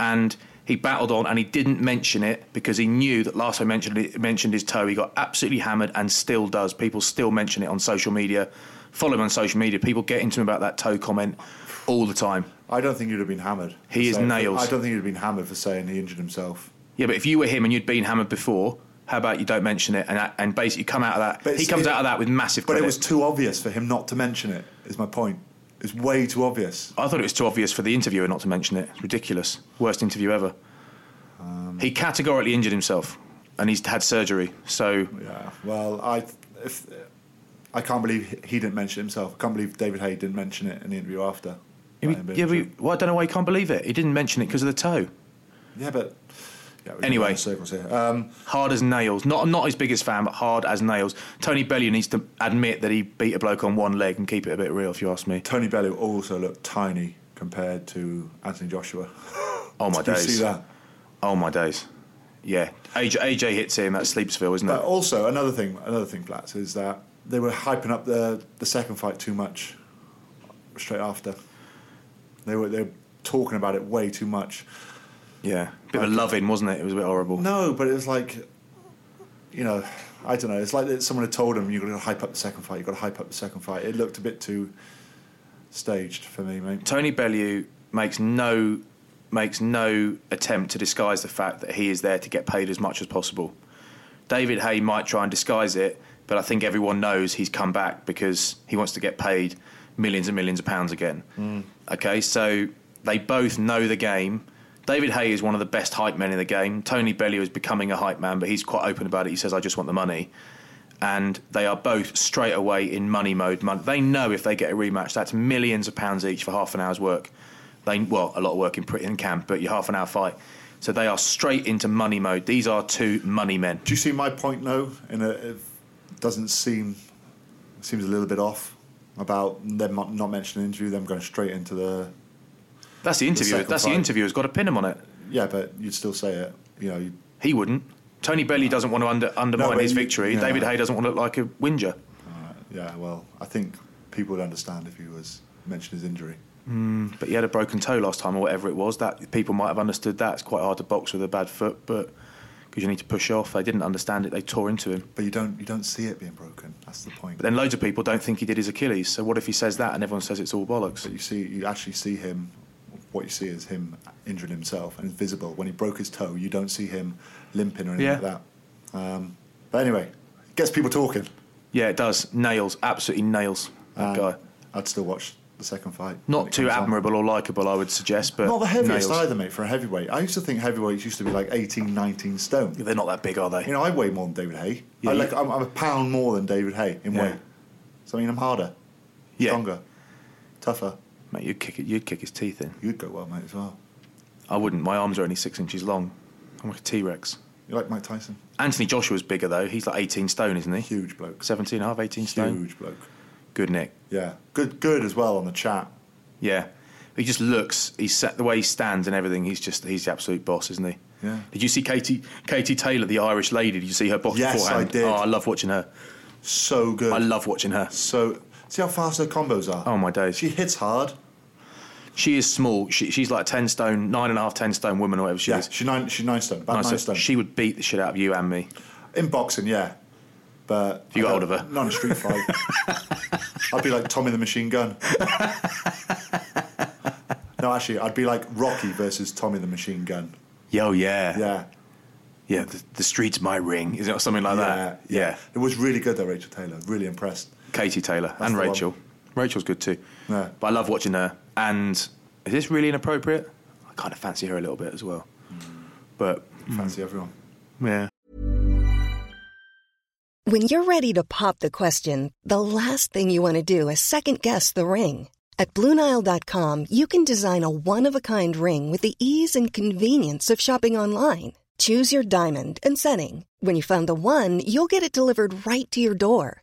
And he battled on and he didn't mention it because he knew that last time I mentioned, it, mentioned his toe, he got absolutely hammered and still does. People still mention it on social media. Follow him on social media. People get into him about that toe comment all the time. I don't think he'd have been hammered. for He is saying- nails. I don't think he'd have been hammered for saying he injured himself. Yeah, but if you were him and you'd been hammered before, how about you don't mention it and and basically come out of that? But he it's- comes it- out of that with massive. But credit. it was too obvious for him not to mention it. Is my point. It's way too obvious. I thought it was too obvious for the interviewer not to mention it. It's ridiculous. Worst interview ever. Um, he categorically injured himself, and he's had surgery. So Yeah. Uh, Well, I if I can't believe he didn't mention it himself. I can't believe David Hay didn't mention it in the interview after. yeah, That we, had yeah, been we, well, I don't know why you can't believe it. He didn't mention it because of the toe. Yeah, but yeah, we're Anyway. going in circles here. Um, Hard as nails. Not not his biggest fan, but hard as nails. Tony Bellew needs to admit that he beat a bloke on one leg and keep it a bit real, if you ask me. Tony Bellew also looked tiny compared to Anthony Joshua. Oh my Did you days. see that? Oh my days. Yeah, AJ, AJ hits him. That's Sleepsville, isn't it? But Uh, also another thing, another thing, Flats is that they were hyping up the the second fight too much. Straight after, they were they were talking about it way too much. Yeah, bit of a loving, wasn't it? It was a bit horrible. No, but it was like, you know, I don't know. It's like that someone had told him, "You've got to hype up the second fight. You've got to hype up the second fight." It looked a bit too staged for me, mate. Tony Bellew makes no makes no attempt to disguise the fact that he is there to get paid as much as possible. David Hay might try and disguise it, but I think everyone knows he's come back because he wants to get paid millions and millions of pounds again. Okay, so they both know the game. David Hay is one of the best hype men in the game. Tony Bellew is becoming a hype man, but he's quite open about it. He says, I just want the money. And they are both straight away in money mode. Mon- They know if they get a rematch, that's millions of pounds each for half an hour's work. They well, a lot of work in, in camp, but your half an hour fight. So they are straight into money mode. These are two money men. Do you see my point though? In a, it doesn't seem seems a little bit off about them not, not mentioning the interview, them going straight into the That's the interviewer. second That's the fight. interviewer's got to pin him on it. yeah, but you'd still say it. You know, you, He wouldn't. Tony Bellew doesn't want to under, undermine but his you- victory. yeah. David Hay doesn't want to look like a whinger. yeah. Well, I think people would understand if he was mentioned his injury. But he had a broken toe last time or whatever it was. That people might have understood that. It's quite hard to box with a bad foot, but because you need to push off, they didn't understand it. They tore into him. But you don't you don't see it being broken. That's the point. But then loads of people don't think he did his Achilles. So what if he says that and everyone says it's all bollocks? you see you actually see him what you see is him injuring himself and it's visible when he broke his toe you don't see him limping or anything Yeah. like that um, but anyway gets people talking Yeah, it does. Nails. Absolutely nails. That guy. I'd still watch the second fight when Not Um, it too comes on. admirable or likable, I would suggest. But not the heaviest nails. either mate for a heavyweight I used to think heavyweights used to be like 18 19 stone They're not that big, are they? you know I weigh more than David Hay Yeah, I you- like, I'm, I'm a pound more than David Hay in Yeah. weight so I mean I'm harder yeah. stronger tougher Mate, you'd kick it. You'd kick his teeth in. you'd go well mate as well I wouldn't. My arms are only six inches long. I'm like a T Rex. you're like Mike Tyson Anthony Joshua's bigger though. He's like 18 stone, isn't he? huge bloke 17 and a half, 18 stone. huge bloke Good neck. Yeah, good, good as well on the chat. Yeah. He just looks. He's set the way he stands and everything. He's just he's the absolute boss, isn't he? Yeah. Did you see Katie Katie Taylor, the Irish lady? Did you see her box Yes, I beforehand? did. Oh, I love watching her. So good. I love watching her. So see how fast her combos are. Oh my days. She hits hard. She is small. She, she's like ten stone, nine and a half, ten stone woman or whatever she Yeah, is. she nine, she nine stone, about And I nine, said, stone. She would beat the shit out of you and me. in boxing, yeah, but If you I got hold don't- of her. not in a street fight. I'd be like Tommy the Machine Gun. no, actually, I'd be like Rocky versus Tommy the Machine Gun. Yo, yeah, Yeah, yeah. The, the street's my ring. Is it or something like that? yeah, It was really good though, Rachel Taylor. Really impressed. Katie Taylor and the one. Rachel. Rachel's good too. Yeah. But I love watching her. And is this really inappropriate? I kind of fancy her a little bit as well. But Fancy everyone. yeah. When you're ready to pop the question, the last thing you want to do is second guess the ring. At Bluenile.com, you can design a one of a kind ring with the ease and convenience of shopping online. Choose your diamond and setting. When you find the one, you'll get it delivered right to your door.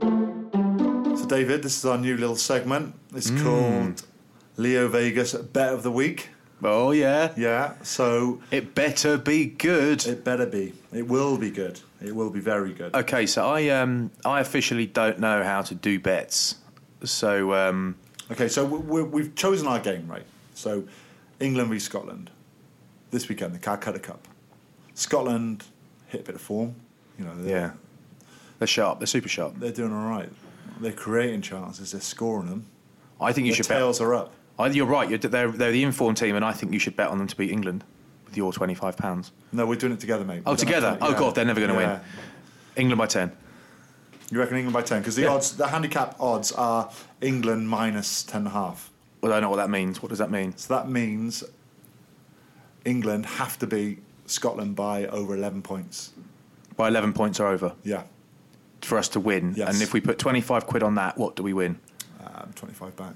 So, David, this is our new little segment. It's Mm. called Leo Vegas Bet of the Week. Oh yeah. Yeah, so It better be good. it better be. It will be good. It will be very good. okay, so I um I officially don't know how to do bets. So um Okay, so we- we- we've chosen our game, right? So, England v Scotland this weekend, the Calcutta Cup. Scotland hit a bit of form. You know, they're, yeah. They're sharp. They're super sharp. they're doing all right. They're creating chances. They're scoring them. I think you The should tails bet. are up. I, you're right. You're, they're, they're the informed team, and I think you should bet on them to beat England with your twenty-five pounds. No, we're doing it together, mate. Oh, We're doing it together. Oh yeah. God, they're never going to Yeah. win. England by ten. You reckon England by ten? Because the Yeah. odds, the handicap odds are England minus ten and a half. Well, I know what that means. What does that mean? So that means England have to beat Scotland by over eleven points. By eleven points or over Yeah, for us to win. Yes. And if we put twenty-five quid on that, what do we win? um, twenty-five back.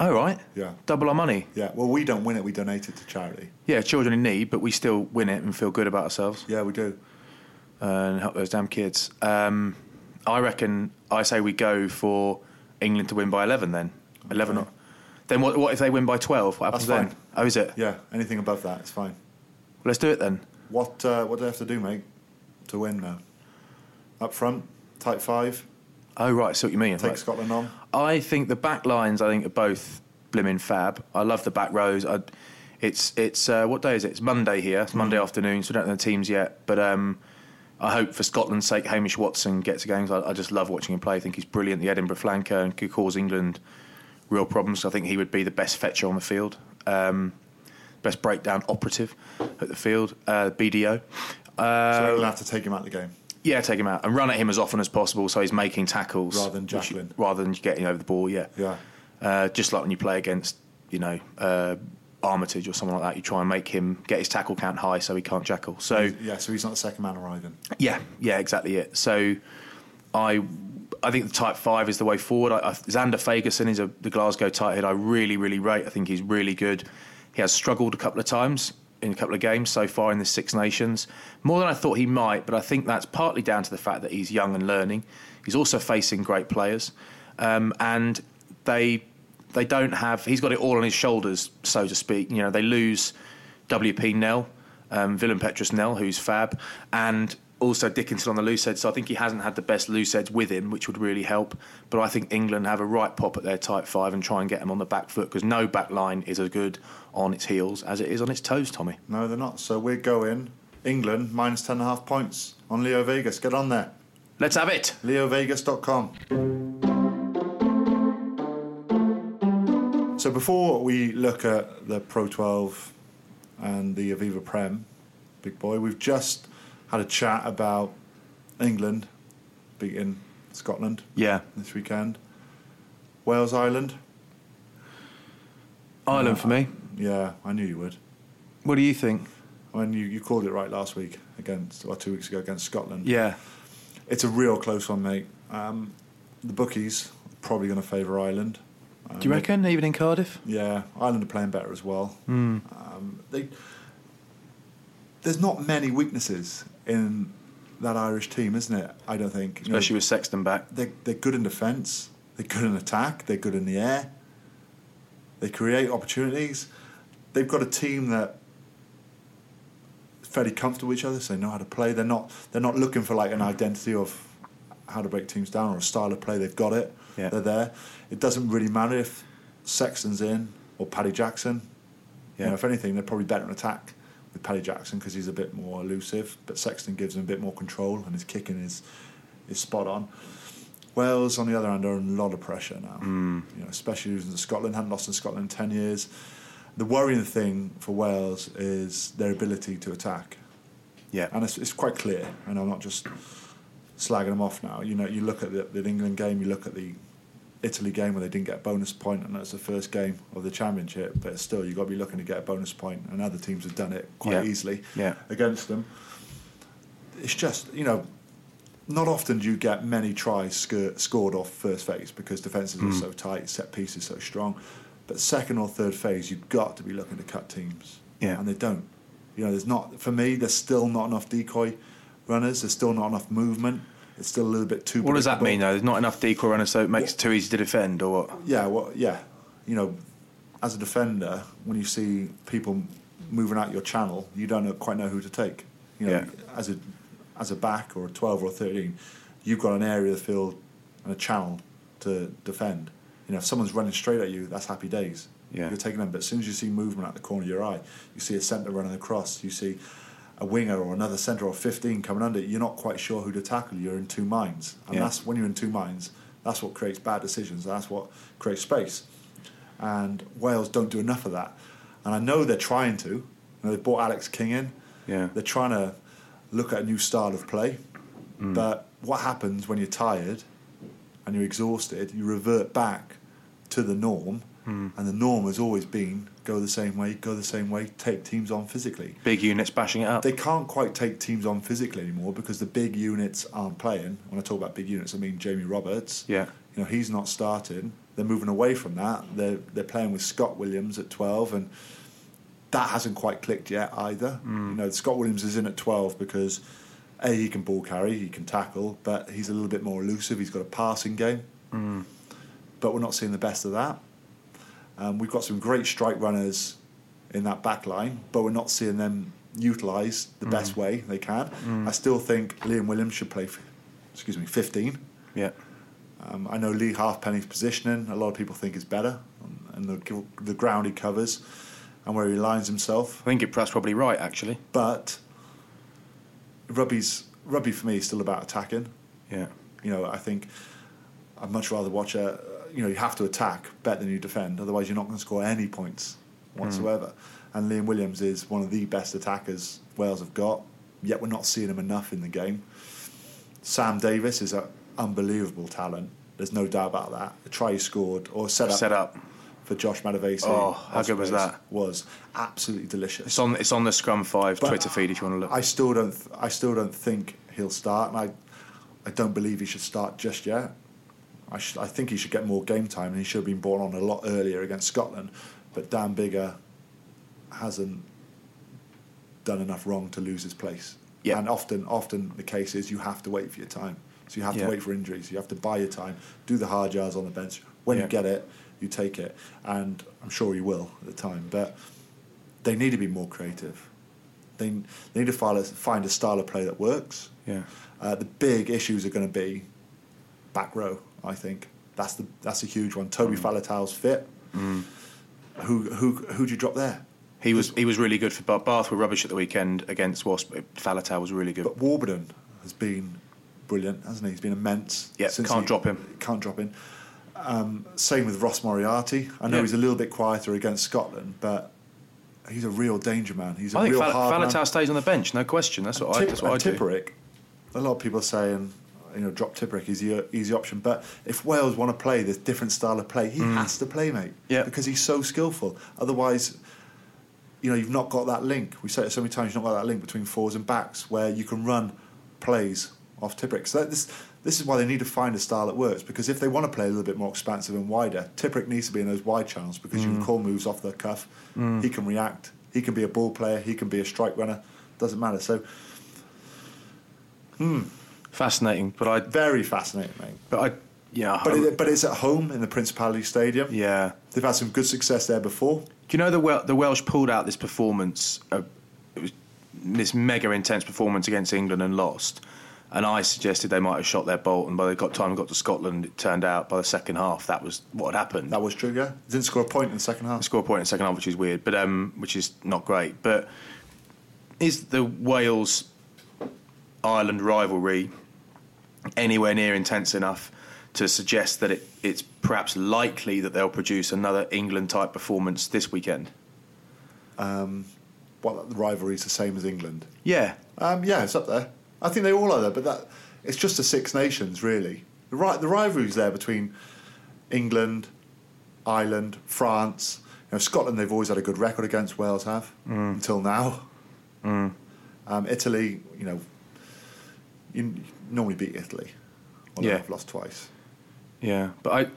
Oh right, Yeah, double our money. yeah. Well, we don't win it; we donate it to charity. Yeah, children in need, but we still win it and feel good about ourselves Yeah, we do. and help those damn kids. Um, I reckon. I say we go for England to win by eleven. Then eleven. Okay. Or, then what? What if they win by twelve? What happens That's then? fine. Oh, is it? Yeah, anything above that, it's fine. Let's do it then. What uh, What do they have to do, mate, to win now? Up front, tight five, Oh right, so what you mean. take Right. Scotland on. I think the back lines. I think are both blimmin' fab. I love the back rows. I, it's it's uh, what day is it? It's Monday here. It's Monday Mm-hmm. afternoon, so we don't know the teams yet. But um, I hope for Scotland's sake, Hamish Watson gets a game. 'cause I, I just love watching him play. I think he's brilliant. The Edinburgh flanker and could cause England real problems. I think he would be the best fetcher on the field, um, best breakdown operative at the field. Uh, BDO. Uh, So England have to take him out of the game. Yeah, take him out and run at him as often as possible, so he's making tackles Rather than which- Jacqueline. rather than getting over the ball. Yeah, Yeah. Uh, just like when you play against, you know, uh, Armitage or someone like that, you try and make him get his tackle count high so he can't jackal. So Yeah, so he's not the second man arriving. yeah, yeah, exactly it. So I, I think the type five is the way forward. I, I, Xander Fagerson is a, the Glasgow tight head. I really, really rate. I think he's really good. He has struggled a couple of times in a couple of games so far in the Six Nations, more than I thought he might. But I think that's partly down to the fact that he's young and learning. He's also facing great players, um, and they they don't have. He's got it all on his shoulders, so to speak. You know, they lose WP Nell, um, Willem Petrus Nell, who's fab, and also Dickinson on the loose head. So I think he hasn't had the best loose heads with him, which would really help. But I think England have a right pop at their tight five and try and get him on the back foot because no back line is as good on its heels as it is on its toes, Tommy. No, they're not. So we're going England minus ten and a half points on Leo Vegas. Get on there. Let's have it. LeoVegas.com. So before we look at the Pro 12 and the Aviva Prem, big boy, we've just had a chat about England beating Scotland Yeah. this weekend. Wales, Ireland. Ireland for me. Yeah, I knew you would. What do you think? I mean, you, you called it right last week against, or two weeks ago against Scotland. Yeah. It's a real close one, mate. Um, the bookies are probably going to favour Ireland. Do you reckon, even in Cardiff? Yeah, Ireland are playing better as well. Um, they, there's not many weaknesses in that Irish team, isn't it? I don't think. You know, Especially with Sexton back. they're, they're good in defence, they're good in attack, they're good in the air, they create opportunities. They've got a team that is fairly comfortable with each other, so they know how to play. They're not they're not looking for like an identity of how to break teams down or a style of play. They've got it. Yeah. They're there. It doesn't really matter if Sexton's in or Paddy Jackson. You Yeah. know, if anything, they're probably better in attack with Paddy Jackson because he's a bit more elusive. But Sexton gives him a bit more control, and his kicking is is spot on. Wales, on the other hand, are under a lot of pressure now. Mm. You know, especially losing to Scotland, hadn't lost in Scotland in ten years. The worrying thing for Wales is their ability to attack, Yeah. and it's, it's quite clear. And I'm not just slagging them off now. You know, you look at the, the England game, you look at the Italy game where they didn't get a bonus point, and that's the first game of the championship. But still, you've got to be looking to get a bonus point, and other teams have done it quite Yeah. easily Yeah. against them. It's just you know, not often do you get many tries sc- scored off first phase because defences Hmm. are so tight, set pieces so strong. But second or third phase, you've got to be looking to cut teams, Yeah. and they don't. You know, there's not for me. There's still not enough decoy runners. There's still not enough movement. It's still a little bit too. What does that predictable. mean, though? There's not enough decoy runners, so it makes it too easy to defend, or what? Yeah, well, yeah. You know, as a defender, when you see people moving out your channel, you don't know, quite know who to take. You know, Yeah. as a as a back or a twelve or a thirteen, you've got an area of the field and a channel to defend. You know, if someone's running straight at you, that's happy days. Yeah. You're taking them, but as soon as you see movement at the corner of your eye, you see a centre running across, you see a winger or another centre or 15 coming under, you're not quite sure who to tackle. You're in two minds. And Yeah. that's when you're in two minds, that's what creates bad decisions. That's what creates space. and Wales don't do enough of that. And I know they're trying to. You know, they brought Alex King in. Yeah. They're trying to look at a new style of play. Mm. But what happens when you're tired and you're exhausted? You revert back to the norm, Mm. and the norm has always been go the same way, go the same way, take teams on physically. Big units bashing it up. They can't quite take teams on physically anymore because the big units aren't playing. When I talk about big units, I mean Jamie Roberts. yeah. You know, he's not starting. They're moving away from that. They're they're playing with Scott Williams at twelve, and that hasn't quite clicked yet either. Mm. You know, Scott Williams is in at twelve because a he can ball carry, he can tackle, but he's a little bit more elusive. He's got a passing game, Mm. but we're not seeing the best of that. Um, we've got some great strike runners in that back line, but we're not seeing them utilised the best way they can. Mm. I still think Liam Williams should play, f- excuse me, 15. Yeah. Um, I know Lee Halfpenny's positioning, a lot of people think is better, um, and the, the ground he covers and where he lines himself. I think it Pratt's probably right, actually. But rugby's, rugby for me is still about attacking. Yeah. You know, I think I'd much rather watch a. You know, you have to attack better than you defend. Otherwise, you're not going to score any points whatsoever. Hmm. And Liam Williams is one of the best attackers Wales have got. Yet we're not seeing him enough in the game. Sam Davis is an unbelievable talent. There's no doubt about that. The try he scored or set up Set up. for Josh Madavasi. Oh, how good was that? Was absolutely delicious. It's on. It's on the Scrum Five But Twitter feed if you want to look. I still don't. th- I still don't think he'll start, and I, I don't believe he should start just yet. I, sh- I think he should get more game time, and he should have been brought on a lot earlier against Scotland. But Dan Bigger hasn't done enough wrong to lose his place. Yeah. And often, often the case is you have to wait for your time. So you have Yeah. to wait for injuries. You have to buy your time. Do the hard yards on the bench. When Yeah. you get it, you take it. And I'm sure he will at the time. But they need to be more creative. They, they need to find a, find a style of play that works. yeah. Uh, the big issues are going to be back row. I think that's the that's a huge one. Mm. Toby Faletau's fit. Who who who do you drop there? He was. He was really good for Bath. Bath were rubbish at the weekend against Wasp. Falatau was really good. But Warburton has been brilliant, hasn't he? He's been immense. Yeah, since can't he- drop him. Can't drop him. Um, same with Ross Moriarty. I know Yeah. he's a little bit quieter against Scotland, but he's a real danger man. He's a I think real Fal- hard man. Falatau stays on the bench, no question. That's what I. Tip- That's what I and do. Tipperick, a lot of people are saying, you know, drop Tipperick is the easy option. But if Wales want to play this different style of play, he has to play, mate. Mm. Yeah. Because he's so skillful. Otherwise, you know, you've not got that link. We say it so many times, you've not got that link between fours and backs where you can run plays off Tipperick. So that, this this is why they need to find a style that works because if they want to play a little bit more expansive and wider, Tipperick needs to be in those wide channels because you can call moves off the cuff. Mm. He can react. He can be a ball player. He can be a strike runner. Doesn't matter. So Fascinating, but I. very fascinating, mate. But I. Yeah. But I- it, but it's at home in the Principality Stadium. yeah. They've had some good success there before. Do you know the Wel- the Welsh pulled out this performance? Uh, it was this mega intense performance against England and lost. And I suggested they might have shot their bolt, and by the got- time it got to Scotland, it turned out by the second half that was what had happened. That was true, yeah. Didn't score a point in the second half. score a point in the second half, which is weird, but um, which is not great. But is the Wales Ireland rivalry anywhere near intense enough to suggest that it, it's perhaps likely that they'll produce another England type performance this weekend? Um, well, the rivalry's the same as England. Yeah, Um, yeah, it's up there. I think they all are there, but that it's just the Six Nations, really. The, ri- the rivalry's there between England, Ireland, France. You know, Scotland, they've always had a good record against Wales, have until now. Um, Italy, you know, you n- normally beat Italy. Although Yeah. I've lost twice. yeah. But I,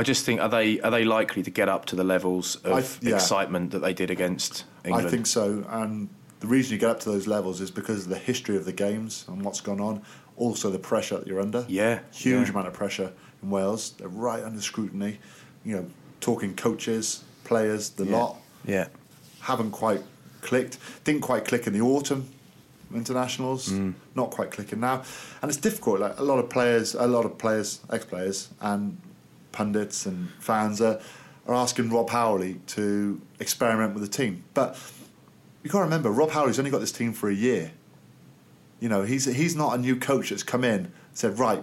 I just think are they are they likely to get up to the levels of I- yeah. excitement that they did against England? I think so. And the reason you get up to those levels is because of the history of the games and what's gone on. Also, the pressure that you're under. Yeah, Huge yeah. amount of pressure in Wales. They're right under scrutiny. You know, talking coaches, players, the Yeah. lot. Yeah, Haven't quite clicked. Didn't quite click in the autumn internationals. Mm. Not quite clicking now. And it's difficult. Like a lot of players, a lot of players, ex-players, and pundits and fans are, are asking Rob Howley to experiment with the team. But you got to remember, Rob Howley's only got this team for a year. You know, he's he's not a new coach that's come in and said, right,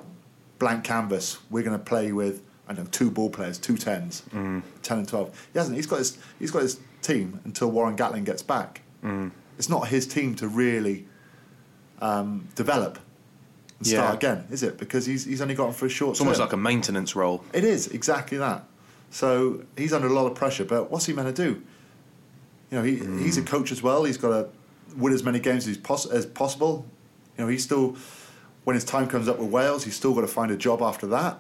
blank canvas, we're going to play with I don't know, two ball players, two tens, Mm. 10 and 12. He hasn't. He's got his, he's got his team until Warren Gatlin gets back. Mm. It's not his team to really um, develop and Yeah. start again, is it? Because he's, he's only got him for a short It's almost term. like a maintenance role. It is exactly that. So he's under a lot of pressure, but what's he meant to do? You know, he, he's a Mm. coach as well. He's got to win as many games as, poss- as possible. You know, he's still when his time comes up with Wales, he's still got to find a job after that.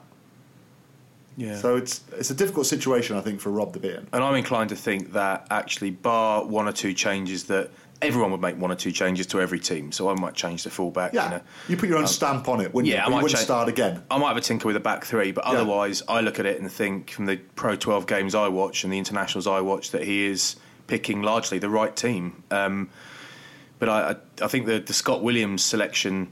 Yeah. So it's it's a difficult situation, I think, for Rob to be in. And I'm inclined to think that actually, bar one or two changes, that everyone would make one or two changes to every team. So I might change the fullback. Yeah, You, know. you put your own Um, stamp on it, wouldn't yeah, you? I But you might wouldn't change- start again. I might have a tinker with the back three, but otherwise, I look at it and think from the Pro 12 games I watch and the internationals I watch that he is picking largely the right team. Um, but I, I, I think the, the Scott Williams selection,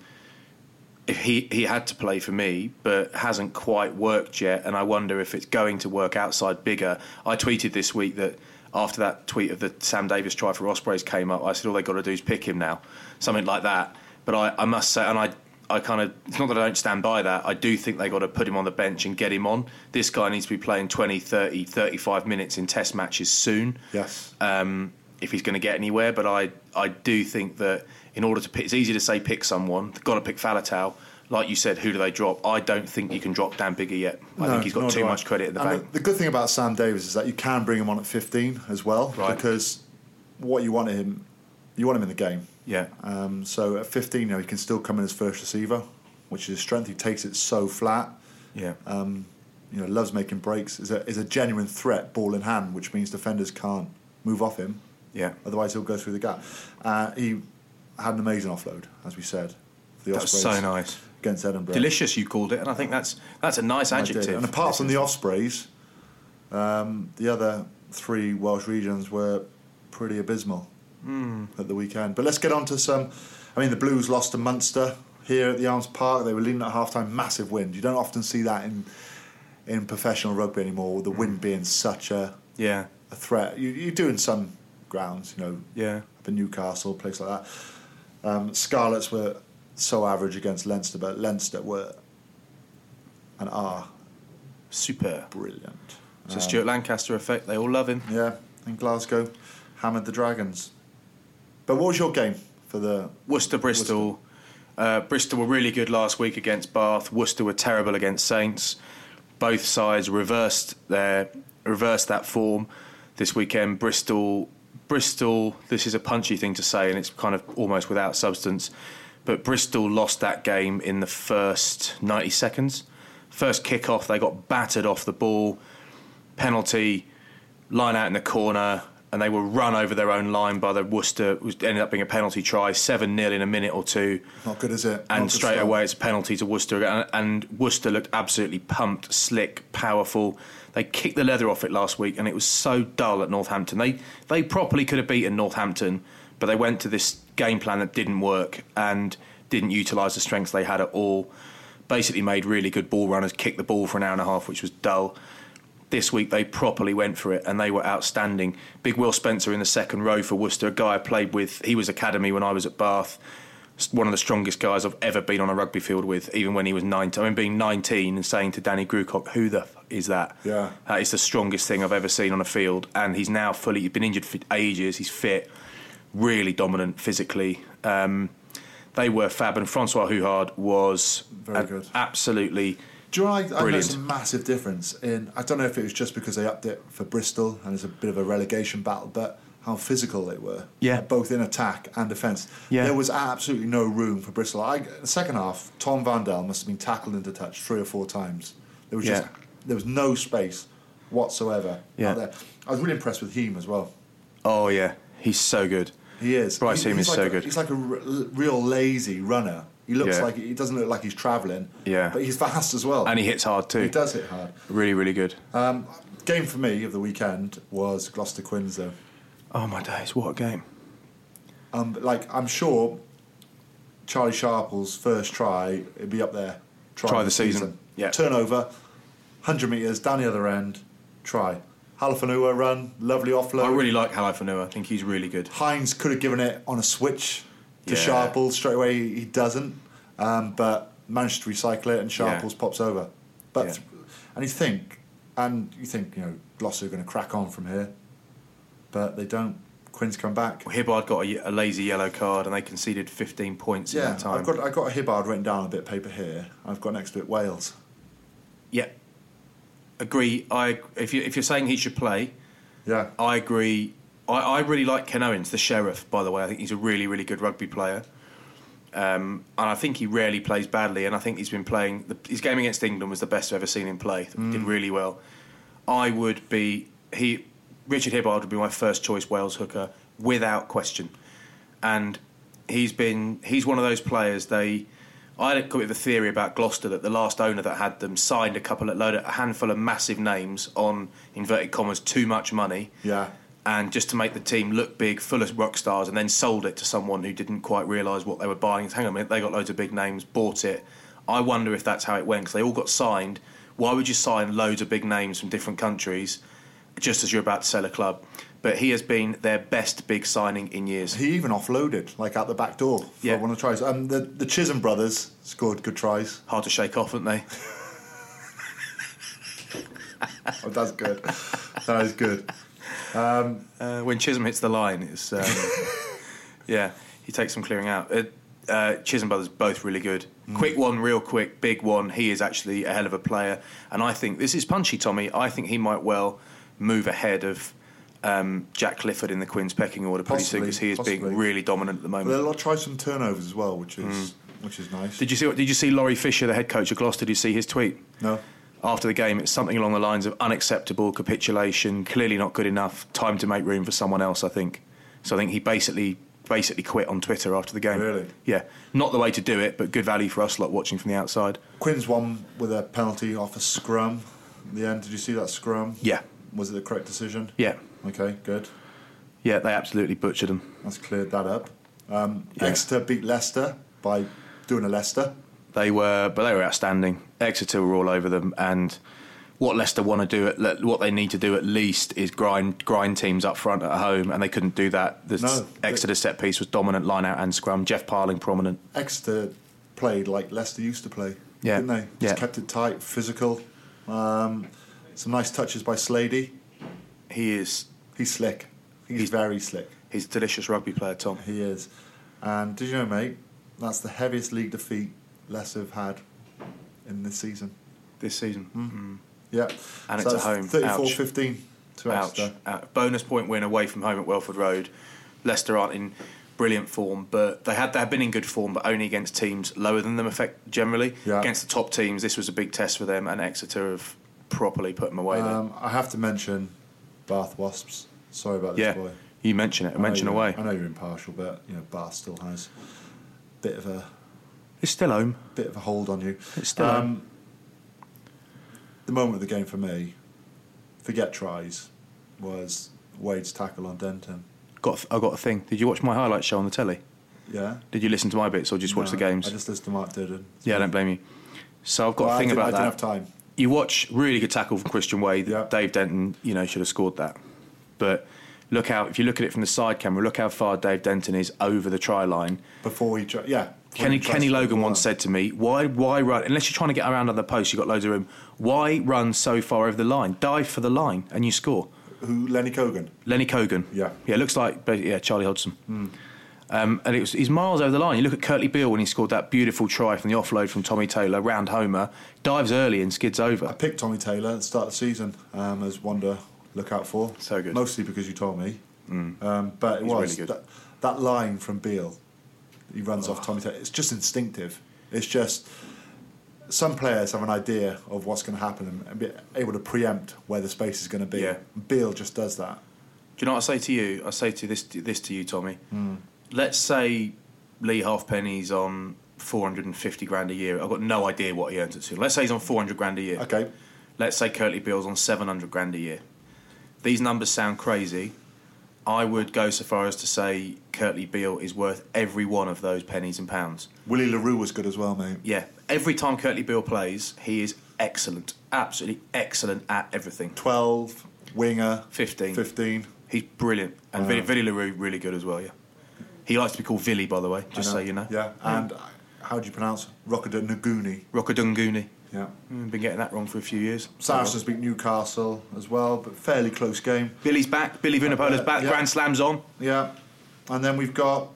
if he, he had to play for me, but hasn't quite worked yet, and I wonder if it's going to work outside bigger. I tweeted this week that after that tweet of the Sam Davis try for Ospreys came up, I said all they got to do is pick him now, something like that. But I, I must say, and I, I kind of it's not that I don't stand by that. I do think they got to put him on the bench and get him on. This guy needs to be playing 20, 30, 35 minutes in test matches soon Yes. um, if he's going to get anywhere. But I, I do think that in order to pick, it's easy to say pick someone. They've got to pick Falatau. Like you said, who do they drop? I don't think you can drop Dan Bigger yet. I No, think he's nor got do too I. much credit in the And bank. The, good thing about Sam Davis is that you can bring him on at 15 as well, because what you want him, you want him in the game. Yeah. Um, so at 15, you know, he can still come in as first receiver, which is his strength. He takes it so flat. Yeah. Um, you know, loves making breaks. is a is a genuine threat, ball in hand, which means defenders can't move off him. Yeah. Otherwise, he'll go through the gap. Uh, he had an amazing offload, as we said. for That was Ospreys so nice. against Edinburgh. Delicious, you called it, and I think that's that's a nice I did. adjective. And apart from the Ospreys, um, the other three Welsh regions were pretty abysmal Mm. at the weekend. But let's get on to some. I mean, the Blues lost to Munster here at the Arms Park. They were leading at halftime, massive wind. You don't often see that in in professional rugby anymore. The wind being such a, yeah, a threat. You, you do in some grounds, you know, yeah, up in Newcastle, place like that. Um, Scarlets were so average against Leinster, but Leinster were and are super. brilliant. It's Um, a Stuart Lancaster effect. They all love him. Yeah, in Glasgow, hammered the Dragons. But what was your game for the? Worcester, Bristol. Uh, Bristol were really good last week against Bath. Worcester were terrible against Saints. Both sides reversed their reversed that form this weekend. Bristol, Bristol. This is a punchy thing to say, and it's kind of almost without substance. But Bristol lost that game in the first 90 seconds. First kick off, they got battered off the ball. Penalty line out in the corner, and they were run over their own line by the Worcester. It was- ended up being a penalty try, 7 0 in a minute or two. Not good, is it? Not And good straight start. away, it's a penalty to Worcester. And, and Worcester looked absolutely pumped, slick, powerful. They kicked the leather off it last week, and it was so dull at Northampton. They they properly could have beaten Northampton, but they went to this game plan that didn't work and didn't utilise the strengths they had at all. Basically, made really good ball runners kick the ball for an hour and a half, which was dull this week they properly went for it and they were outstanding. Big Will Spencer in the second row for Worcester, a guy I played with. He was academy when I was at Bath. S- One of the strongest guys I've ever been on a rugby field with, even when he was 19. I mean, being 19 and saying to Danny Grucock, who the f- is that? Yeah. That is the strongest thing I've ever seen on a field. And he's now fully, he's been injured for ages. He's fit, really dominant physically. Um, they were fab. And Francois Houhard was Very an good. absolutely Do you know? I, I Brilliant. noticed a massive difference in. I don't know if it was just because they upped it for Bristol and it's a bit of a relegation battle, but how physical they were. Yeah. Both in attack and defence. Yeah. There was absolutely no room for Bristol. I, the second half, Tom Vandal must have been tackled into touch three or four times. There was just Yeah. there was no space whatsoever. out Yeah. there. I was really impressed with him as well. Oh yeah, he's so good. He is. Bryce He- Hume he's is like so a- good. He's like a r- real lazy runner. He looks Yeah. like he doesn't look like he's travelling. Yeah. But he's fast as well. And he hits hard too. He does hit hard. Really, really good. Um, game for me of the weekend was Gloucester Quinzo. Oh my days, what a game! Um, like I'm sure Charlie Sharple's first try it'd be up there. Try of the season. Yeah. Turnover, hundred meters down the other end. Try. Halifanua run, lovely offload. I really like Halifanua. I think he's really good. Hines could have given it on a switch to Yeah. Sharple straight away. He doesn't, um, but managed to recycle it, and Yeah. Sharples pops over. But Yeah. th- And you think, and you think, you know, Glossy are going to crack on from here, but they don't. Quinn's come back. Hibbard got a, ye- a lazy yellow card and they conceded 15 points in Yeah, that time. I've got I have got a Hibbard written down on a bit of paper here. I've got next to it Wales. Yeah, agree. I if you if you're saying he should play, yeah, I agree. I, I really like Ken Owens, the sheriff. By the way, I think he's a really really good rugby player, um, and I think he rarely plays badly. And I think he's been playing. The, his game against England was the best I've ever seen him play. He did Mm. really well. I would be he Richard Hibbard would be my first choice Wales hooker without question, and he's been he's one of those players they. I had a bit of a theory about Gloucester that the last owner that had them signed a couple of load, a handful of massive names on inverted commas too much money, Yeah, and just to make the team look big, full of rock stars, and then sold it to someone who didn't quite realise what they were buying. Hang on a minute, they got loads of big names, bought it. I wonder if that's how it went because they all got signed. Why would you sign loads of big names from different countries just as you're about to sell a club? But he has been their best big signing in years. He even offloaded like out the back door for one of the tries. Um, the the Chisholm brothers scored good tries. Hard to shake off, aren't they? oh, that's good. That is good. Um, uh, when Chisholm hits the line, it's um, yeah, he takes some clearing out. Uh, uh, Chisholm brothers both really good. Mm. Quick one, real quick, big one. He is actually a hell of a player, and I think this is punchy, Tommy. I think he might well move ahead of um, Jack Clifford in the Queen's pecking order pretty soon Possibly, because he is possibly. being really dominant at the But there are a moment. lot of tries from turnovers as well, which is which is nice. Hmm. Did you see? What, did you see Laurie Fisher, the head coach of Gloucester? Did you see his tweet? No. After the game, it's something along the lines of unacceptable capitulation. Clearly not good enough. Time to make room for someone else. I think. So I think he basically basically quit on Twitter after the game. Really? Yeah. Not the way to do it, but good value for us lot watching from the outside. Quinn's won with a penalty off a scrum. In the end, did you see that scrum? Yeah. Was it the correct decision? Yeah. Okay, good. Yeah, they absolutely butchered him. That's cleared that up. Um, Exeter beat Leicester by doing a Leicester. They were, but they were outstanding. Exeter were all over them, and what Leicester want to do, at, le- what they need to do at least, is grind grind teams up front at home, and they couldn't do that. The No. Exeter set piece was dominant, line out and scrum. Jeff Parling prominent. Exeter played like Leicester used to play, Yeah. didn't they? Yeah. Just kept it tight, physical. Um, some nice touches by Slady. He is. He's slick. He's, very slick. He's a delicious rugby player, Tom. He is. And did you know, mate? That's the heaviest league defeat Leicester have had in this season. This season. Mm. Yeah. And So it's at that's home. 34-15 to Ouch. Exeter. Ouch. Bonus point win away from home at Welford Road. Leicester aren't in brilliant form, but they had they have been in good form, but only against teams lower than them. Effect generally Yeah. against the top teams, this was a big test for them, and Exeter have properly put them away. there. Um, I have to mention Bath Wasps. Sorry about this Yeah, boy. you mention it. know Mention you're- away. I know you're impartial, but you know Bath still has a bit of a It's still home. bit of a hold on you. It's still Um, home. the moment of the game for me, forget tries, was Wade's tackle on Denton. Got I got a thing. Did you watch my highlight show on the telly? Yeah. Did you listen to my bits or just watch No, the games? I just listened to Mark Didden. Yeah, I don't blame you. So I've got Well, a I thing didn't- about I that. didn't have time. You watch really good tackle from Christian Wade. Dave Denton, you know, should have scored that. But look how if you look at it from the side camera, look how far Dave Denton is over the try line. Before he, tri- yeah. before Kenny he tries Kenny to- Logan once said to me, "Why why run unless you're trying to get around on the post? You have got loads of room. Why run so far over the line? Dive for the line and you score." Who Lenny Cogan? Lenny Cogan. Yeah. Yeah, looks like but yeah, Charlie Hodgson. Um, and it was, he's miles over the line. You look at Curtly Beale when he scored that beautiful try from the offload from Tommy Taylor, round Homer, dives early and skids over. I picked Tommy Taylor at the start of the season um, as one to look out for. So good. Mostly because you told me. Um, but Mm. it He's was really good. That, that line from Beal, he runs off Tommy Taylor. It's just instinctive. It's just some players have an idea of what's going to happen and be able to preempt where the space is going to be. Yeah. Beal just does that. Do you know what I say to you? I say to this this to you, Tommy. Let's say Lee Halfpenny's on four hundred and fifty grand a year. I've got no idea what he earns at Sutton. Let's say he's on four hundred grand a year. Okay. Let's say Curtly Beale's on seven hundred grand a year. These numbers sound crazy. I would go so far as to say Curtly Beale is worth every one of those pennies and pounds. Willie LaRue was good as well, mate. Yeah. Every time Curtly Beale plays, he is excellent. Absolutely excellent at everything. 12, winger. 15. 15. He's brilliant. And Wow. Vili Vili LaRue, really good as well, yeah. He likes to be called Villy, by the way, just I so you know. Um, Yeah, and uh, how do you pronounce Rockadunguni? Rockadunguni. Yeah. Mm, Been getting that wrong for a few years. Saracens beat Newcastle as well, but fairly close game. Billy's back. Billy Vinopola's Uh, back. yeah. Grand Slam's on. Yeah. And then we've got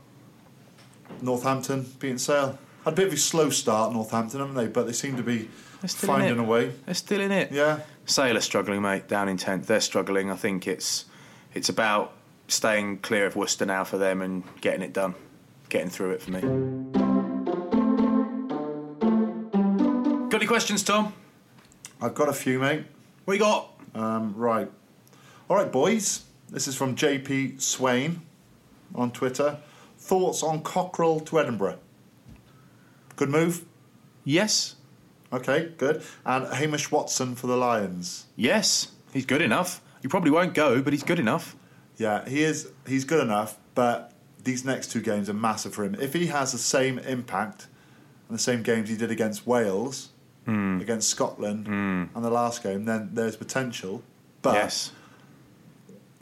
Northampton beating Sale. Had a bit of a slow start, Northampton, haven't they? But they seem to be still in finding it. a way. They're still in it. Yeah. Sale are struggling, mate. Down in tenth, they're struggling. I think it's it's about staying clear of Worcester now for them and getting it done, getting through it for me. Got any questions, Tom? I've got a few, mate. What you got? Um, right. All right, boys. This is from JP Swain on Twitter. Thoughts on Cockrell to Edinburgh? Good move? Yes. Okay, good. And Hamish Watson for the Lions. Yes, he's good enough. He probably won't go, but he's good enough. Yeah, he is. He's good enough, but these next two games are massive for him. If he has the same impact and the same games he did against Wales, Hmm. against Scotland, and the last game, then there's potential. But yes,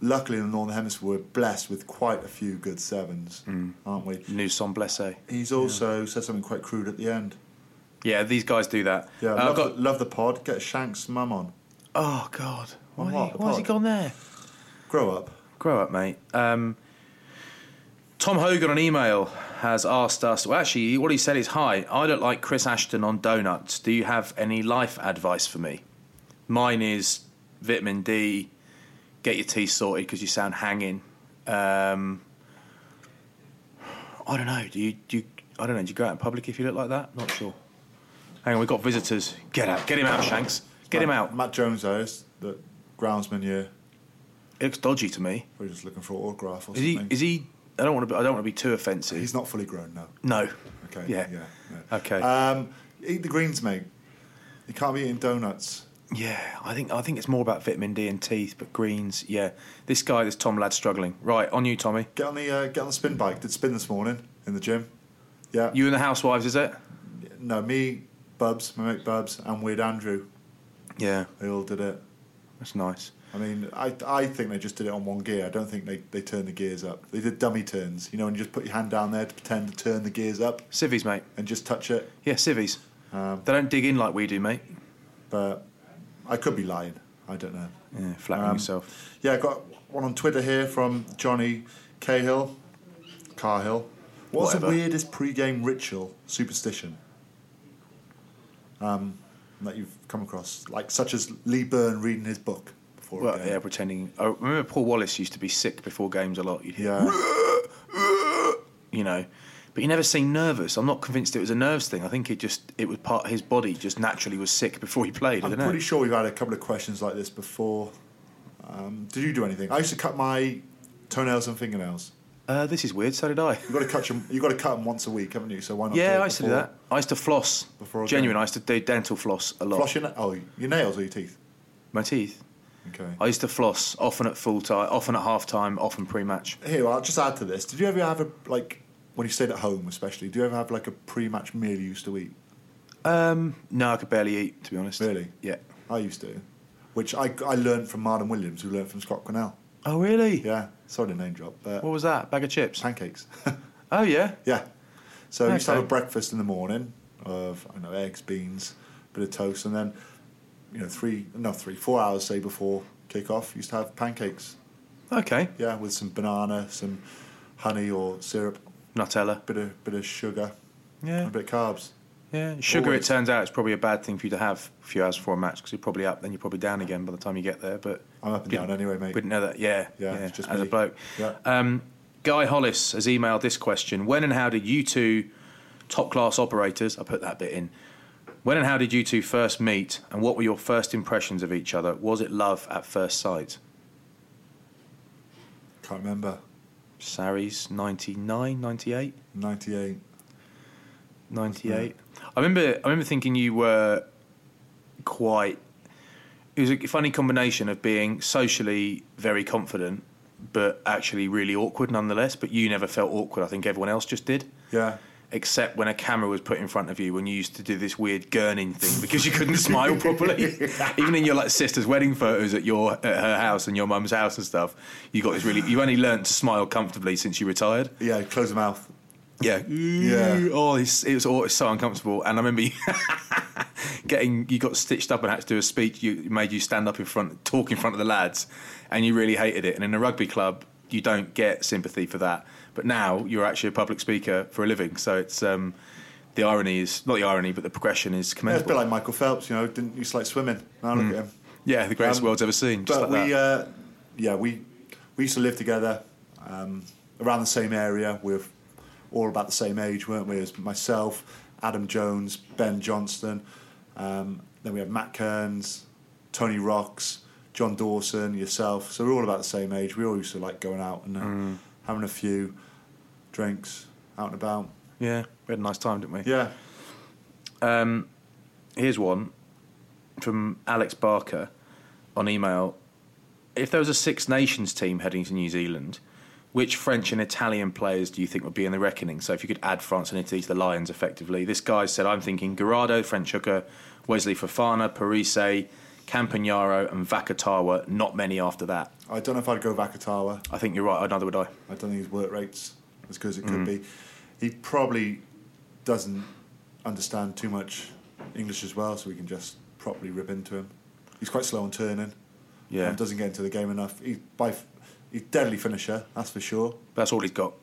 luckily, in the Northern Hemisphere, we're blessed with quite a few good sevens, Hmm. aren't we? new son blessé. He's also said something quite crude at the end. Yeah, these guys do that. Yeah, Uh, I've love, got. the, love the pod. Get Shanks' mum on. Oh God, why, On why, what? he, The why has he pod? gone there? Grow up. Grow up, mate. Um, Tom Hogan on email has asked us. Well, actually, what he said is, "Hi, I look like Chris Ashton on donuts. Do you have any life advice for me? Mine is vitamin D. Get your teeth sorted because you sound hanging. Um, I don't know. Do you? Do you? I don't know. Do you go out in public if you look like that? Not sure. Hang on, we've got visitors. Get out. Get him out, Shanks. Get him out. Matt Jones, though, is the groundsman year. It looks dodgy to me. We're just looking for an autograph or Is he? something. Is he? I don't want to. Be, I don't want to be too offensive. He's not fully grown, no. No. Okay. Yeah. Yeah. yeah. Okay. Um, eat the greens, mate. You can't be eating donuts. yeah. I think I think it's more about vitamin D and teeth, but greens. Yeah. This guy, this Tom lad, struggling. Right on you, Tommy. Get on the uh, get on the spin bike. Did spin this morning in the gym. Yeah. You and the housewives, is it? no, me, Bubs, my mate Bubs, and Weird Andrew. Yeah. They all did it. That's nice. I mean, I I think they just did it on one gear. I don't think they, they turned the gears up. They did dummy turns, you know, and you just put your hand down there to pretend to turn the gears up Civvies, mate. and just touch it. Yeah, civvies. they don't dig in like we do, mate. But I could be lying. I don't know. Yeah, flattering yourself. Um, Yeah, I got one on Twitter here from Johnny Cahill, Carhill. What's Whatever. the weirdest pre-game ritual superstition um, that you've come across? Like such as Lee Byrne reading his book before Well, a yeah, game. pretending. I remember Paul Wallace used to be sick before games a lot. You'd hear, Yeah. you know, but he never seemed nervous. I'm not convinced it was a nerves thing. I think it just it was part his body just naturally was sick before he played. I I'm don't know. pretty sure we've had a couple of questions like this before. Um, did you do anything? I used to cut my toenails and fingernails. Uh, this is weird. So did I. You got to cut them. You got to cut them once a week, haven't you? So why not? do Yeah, it I used to do before- that. I used to floss. Before a Genuine, game. I used to do dental floss a lot. Floss your na- oh your nails or your teeth? My teeth. Okay. I used to floss often at full time, often at half time, often pre match. Here, I'll just add to this. Did you ever have a like when you stayed at home, especially? Do you ever have like a pre-match meal you used to eat? No, I could barely eat, to be honest. Really? Yeah. I used to, which I I learned from Martin Williams, who learned from Scott Cornell. Oh, really? Yeah, sorry to name drop, but What was that? Bag of chips? pancakes. Oh, yeah. yeah, so you used to Okay. have a breakfast in the morning of I don't know eggs, beans, bit of toast, and then you know three no three four hours say before kickoff, you used to have pancakes. Okay. Yeah, with some banana, some honey or syrup, Nutella. bit of bit of sugar, Yeah. and a bit of carbs. Yeah. Sugar, Always. it turns out, it's probably a bad thing for you to have a few hours before a match because you're probably up, then you're probably down again by the time you get there. But I'm up and Didn't- down anyway, mate. Wouldn't know that. Yeah, Yeah, it's just as a me. bloke. Yeah. Um, Guy Hollis has emailed this question: When and how did you two top class operators? I put that bit in. When and how did you two first meet, and what were your first impressions of each other? Was it love at first sight? Can't remember. Sarries, 99, 98? 98. 98. I remember. I remember thinking you were quite. It was a funny combination of being socially very confident, but actually really awkward nonetheless. But you never felt awkward. I think everyone else just did, Yeah. except when a camera was put in front of you. When you used to do this weird gurning thing because you couldn't smile properly, even in your like sister's wedding photos at your at her house and your mum's house and stuff. You got this really. You only learnt to smile comfortably since you retired. Yeah, close the mouth. Yeah. Yeah. Oh, it's, it was all, it's so uncomfortable. And I remember you, getting you got stitched up and had to do a speech. You it made you stand up in front, talk in front of the lads, and you really hated it. And in a rugby club, you don't get sympathy for that. But now you're actually a public speaker for a living, so it's um, the irony is not the irony, but the progression is Yeah, it's a commendable. bit like Michael Phelps, you know, didn't used to like swimming. Now look Mm. at him. Yeah, the greatest Um, world's ever seen. Just But like we, that. uh, yeah, we we used to live together um, around the same area. We were all about the same age, weren't we? It was myself, Adam Jones, Ben Johnston. Um, then we had Matt Kearns, Tony Rocks, John Dawson, yourself. So we we're all about the same age. We all used to like going out and uh, Mm. having a few drinks out and about. yeah, we had a nice time, didn't we? Yeah. Um, here's one from Alex Barker on email. If there was a Six Nations team heading to New Zealand, which French and Italian players do you think would be in the reckoning? So if you could add France and Italy to the Lions effectively. This guy said, I'm thinking Garrado, French hooker, Wesley Fofana, Parise, Campagnaro, and Vakatawa. Not many after that. I don't know if I'd go Vakatawa. I think you're right. Neither would I. I don't think his work rate's as good as it Mm. could be. He probably doesn't understand too much English as well, so we can just properly rip into him. He's quite slow on turning. Yeah. and doesn't get into the game enough. He by f- he's a deadly finisher, that's for sure. That's all he's got.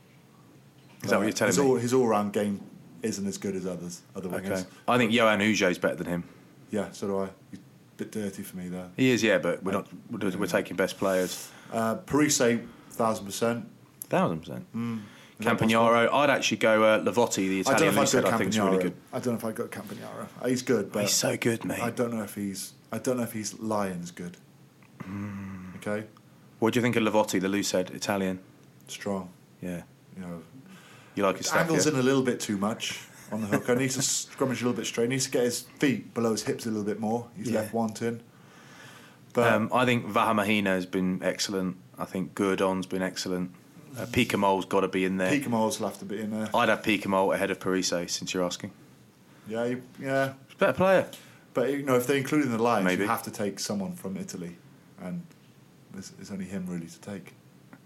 Is that what you're telling his me? All, his all-round game isn't as good as others. Other wingers. Okay. I think Johan Ujo is better than him. Yeah, so do I. He's a bit dirty for me there. He is, yeah, but we're not. We're, we're taking best players. Uh, Parise, thousand percent. Thousand percent. Mm. Is that Campagnaro. I'd actually go uh, Lavotti, the I don't Italian know if I'd loosehead. go I think is really Campagnaro. good. I don't know if I'd go Campagnaro. Oh, He's good, but He's so good, mate. I don't know if he's. I don't know if he's Lions good. Hmm. Okay, What do you think of Lavotti, the loosehead Italian? strong. Yeah, You know, you like his stuff. angles yeah? in a little bit too much on the hook. I need to scrummage a little bit straight. He needs to get his feet below his hips a little bit more. He's Yeah. left wanting. um, I think Vahamahina has been excellent. I think Gurdon's been excellent. Uh, Picamole's got to be in there. Peak Moles will have to be in there. I'd have Picamole ahead of Parise, since you're asking. Yeah, you- yeah. He's a better player. But you know, if they're including the Lions, Maybe. you have to take someone from Italy, and it's, it's only him really to take.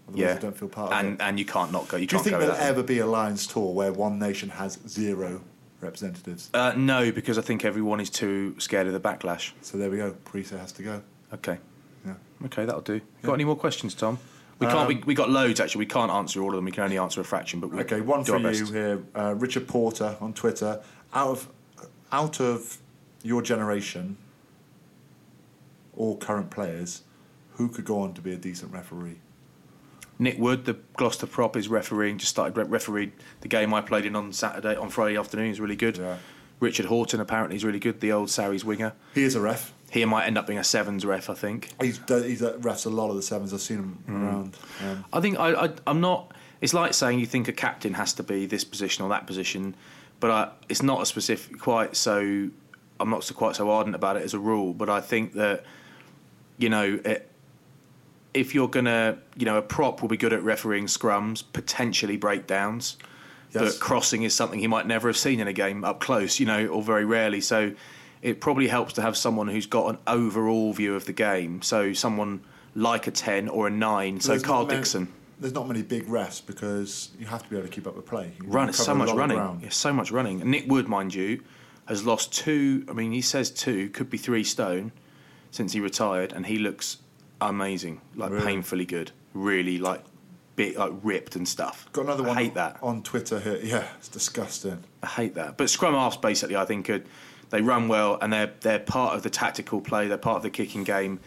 Otherwise, yeah, I don't feel part of it. and and you can't not go. You Do you can't think go with there'll that. ever be a Lions tour where one nation has zero representatives? Uh, no, because I think everyone is too scared of the backlash. So there we go. Parisa has to go. Okay. Yeah. Okay, that'll do. Got any more questions, Tom? We can't. we, Um, we got loads actually. We can't answer all of them. We can only answer a fraction. But we Okay, one do for our best. you here. Uh, Richard Porter on Twitter. Out of out of your generation, or current players, who could go on to be a decent referee? Nick Wood, the Gloucester prop, is refereeing. Just started re- refereed the game I played in on Saturday on Friday afternoon. Is really good. Richard Horton apparently is really good. The old Sarries winger. He is a ref. He might end up being a sevens ref. I think. He's, do- he's uh, refs a lot of the sevens. I've seen him Mm. around. Um, I think I, I, I'm not. It's like saying you think a captain has to be this position or that position, but I, it's not a specific quite so. I'm not so quite so ardent about it as a rule, but I think that you know it, if you're gonna, you know, a prop will be good at refereeing scrums, potentially breakdowns, Yes. but crossing is something he might never have seen in a game up close, you know, or very rarely. So it probably helps to have someone who's got an overall view of the game. So someone like a ten or a nine. So There's not Carl many- Dixon. There's not many big refs because you have to be able to keep up with play. You Run, it's cover so a much lot of running. ground. It's so much running. And Nick Wood, mind you, has lost two. I mean, he says two, could be three stone since he retired, and he looks amazing, like Really? painfully good, really like bit like ripped and stuff. Got another I one hate that. on Twitter here. Yeah, it's disgusting. I hate that. But scrum halves basically, I think, are, they run well and they're they're part of the tactical play. They're part of the kicking game.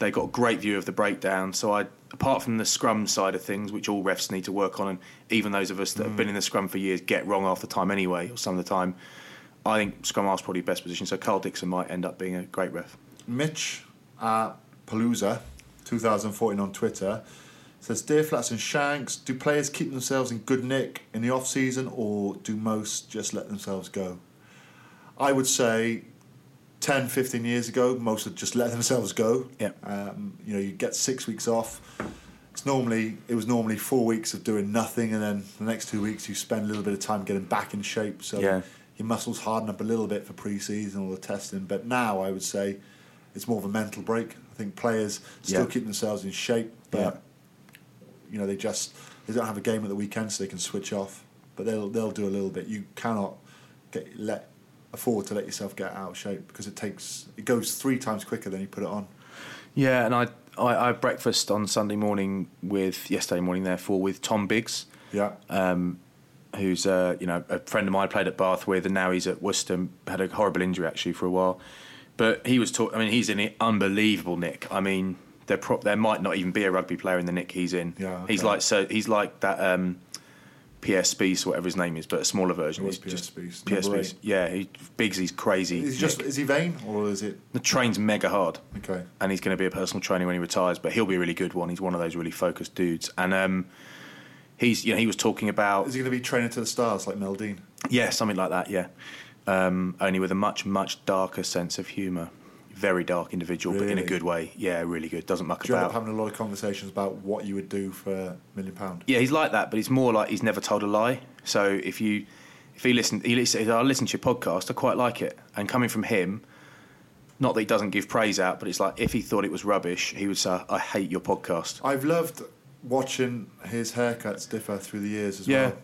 They got a great view of the breakdown. So I, apart from the scrum side of things, which all refs need to work on, and even those of us that have been in the scrum for years get wrong half the time anyway, or some of the time. I think scrum halves probably best position. So Carl Dixon might end up being a great ref. Mitch at Palooza, 2014 on Twitter, says, Dear Flats and Shanks, do players keep themselves in good nick in the off season or do most just let themselves go? I would say 10, 15 years ago, most would just let themselves go. Yeah. Um, you know, you get six weeks off. It's normally it was normally four weeks of doing nothing, and then the next two weeks you spend a little bit of time getting back in shape. So Yeah. your muscles harden up a little bit for pre-season or the testing. But now I would say it's more of a mental break. I think players still Yeah. keep themselves in shape, but Yeah. you know they just they don't have a game at the weekend, so they can switch off. But they'll they'll do a little bit. You cannot get let afford to let yourself get out of shape because it takes it goes three times quicker than you put it on. Yeah, and I, I, I had breakfast on Sunday morning with yesterday morning, therefore, with Tom Biggs. Yeah. Um, who's uh, you know a friend of mine I played at Bath with, and now he's at Worcester. Had a horrible injury actually for a while, but he was talking. I mean, he's an unbelievable nick. I mean, there pro- there might not even be a rugby player in the nick he's in. Yeah, he's okay. like so he's like that um, PS Beast, whatever his name is, but a smaller version. It was He's just- PS Beast, PS number Beast. eight. Yeah, he, Biggs, he's crazy. Is he just nick. is he vain or is it the train's mega hard okay? and he's going to be a personal trainer when he retires. But he'll be a really good one. He's one of those really focused dudes, and um, he's you know he was talking about Is he going to be trainer to the stars like Mel Dean? yeah something like that. Yeah, um, only with a much much darker sense of humour. Very dark individual, but in a Really? good way. Yeah, really good. Doesn't muck Do you end up about. having a lot of conversations about what you would do for a million pound? Yeah, he's like that, but he's more like he's never told a lie. So if you if he listen, he listen, I listen to your podcast. I quite like it. And coming from him, not that he doesn't give praise out, but it's like if he thought it was rubbish, he would say, "I hate your podcast." I've loved watching his haircuts differ through the years as Yeah. well.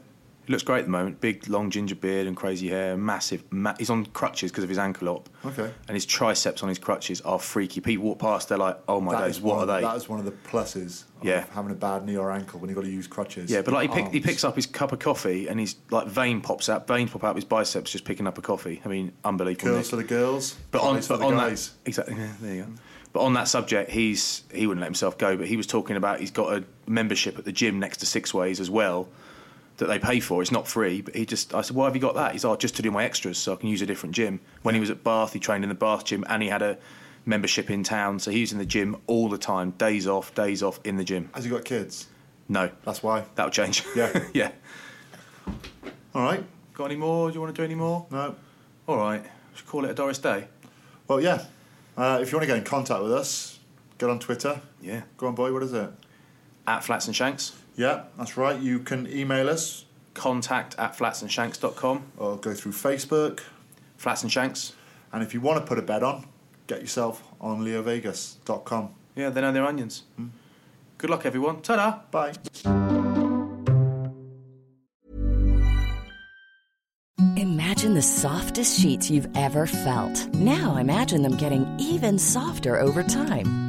He looks great at the moment. Big, long ginger beard and crazy hair. Massive. Ma- he's on crutches because of his ankle up. Okay. And his triceps on his crutches are freaky. People walk past, they're like, oh my That days, is what one- are they? That is one of the pluses Yeah. of having a bad knee or ankle when you've got to use crutches. yeah, but like he, pick, he Arms. picks up his cup of coffee and he's like vein pops out, veins pop out of his biceps just picking up a coffee. I mean, unbelievable. Girls Nick. for the girls, But on, boys for but the on guys. that exactly, yeah, there you go. But on that subject, he's he wouldn't let himself go. But he was talking about he's got a membership at the gym next to Six Ways as well that they pay for. It's not free. But he just I said, why have you got that? He's oh, just to do my extras, so I can use a different gym. When he was at Bath, he trained in the Bath gym, and he had a membership in town, so he was in the gym all the time, days off, days off in the gym. Has he got kids? No, That's why. that'll change. Yeah. yeah. All right. Got any more? Do you want to do any more? No. All right. Should call it a Doris Day. Well, yeah. Uh, if you want to get in contact with us, get on Twitter. Yeah. Go on, boy. What is it? At Flats and Shanks. Yeah, that's right. You can email us Contact at flatsandshanks.com. or go through Facebook. Flats and Shanks. And if you want to put a bet on, get yourself on leovegas.com. Yeah, they know their onions. Good luck, everyone. Ta da! Bye. Imagine the softest sheets you've ever felt. Now imagine them getting even softer over time.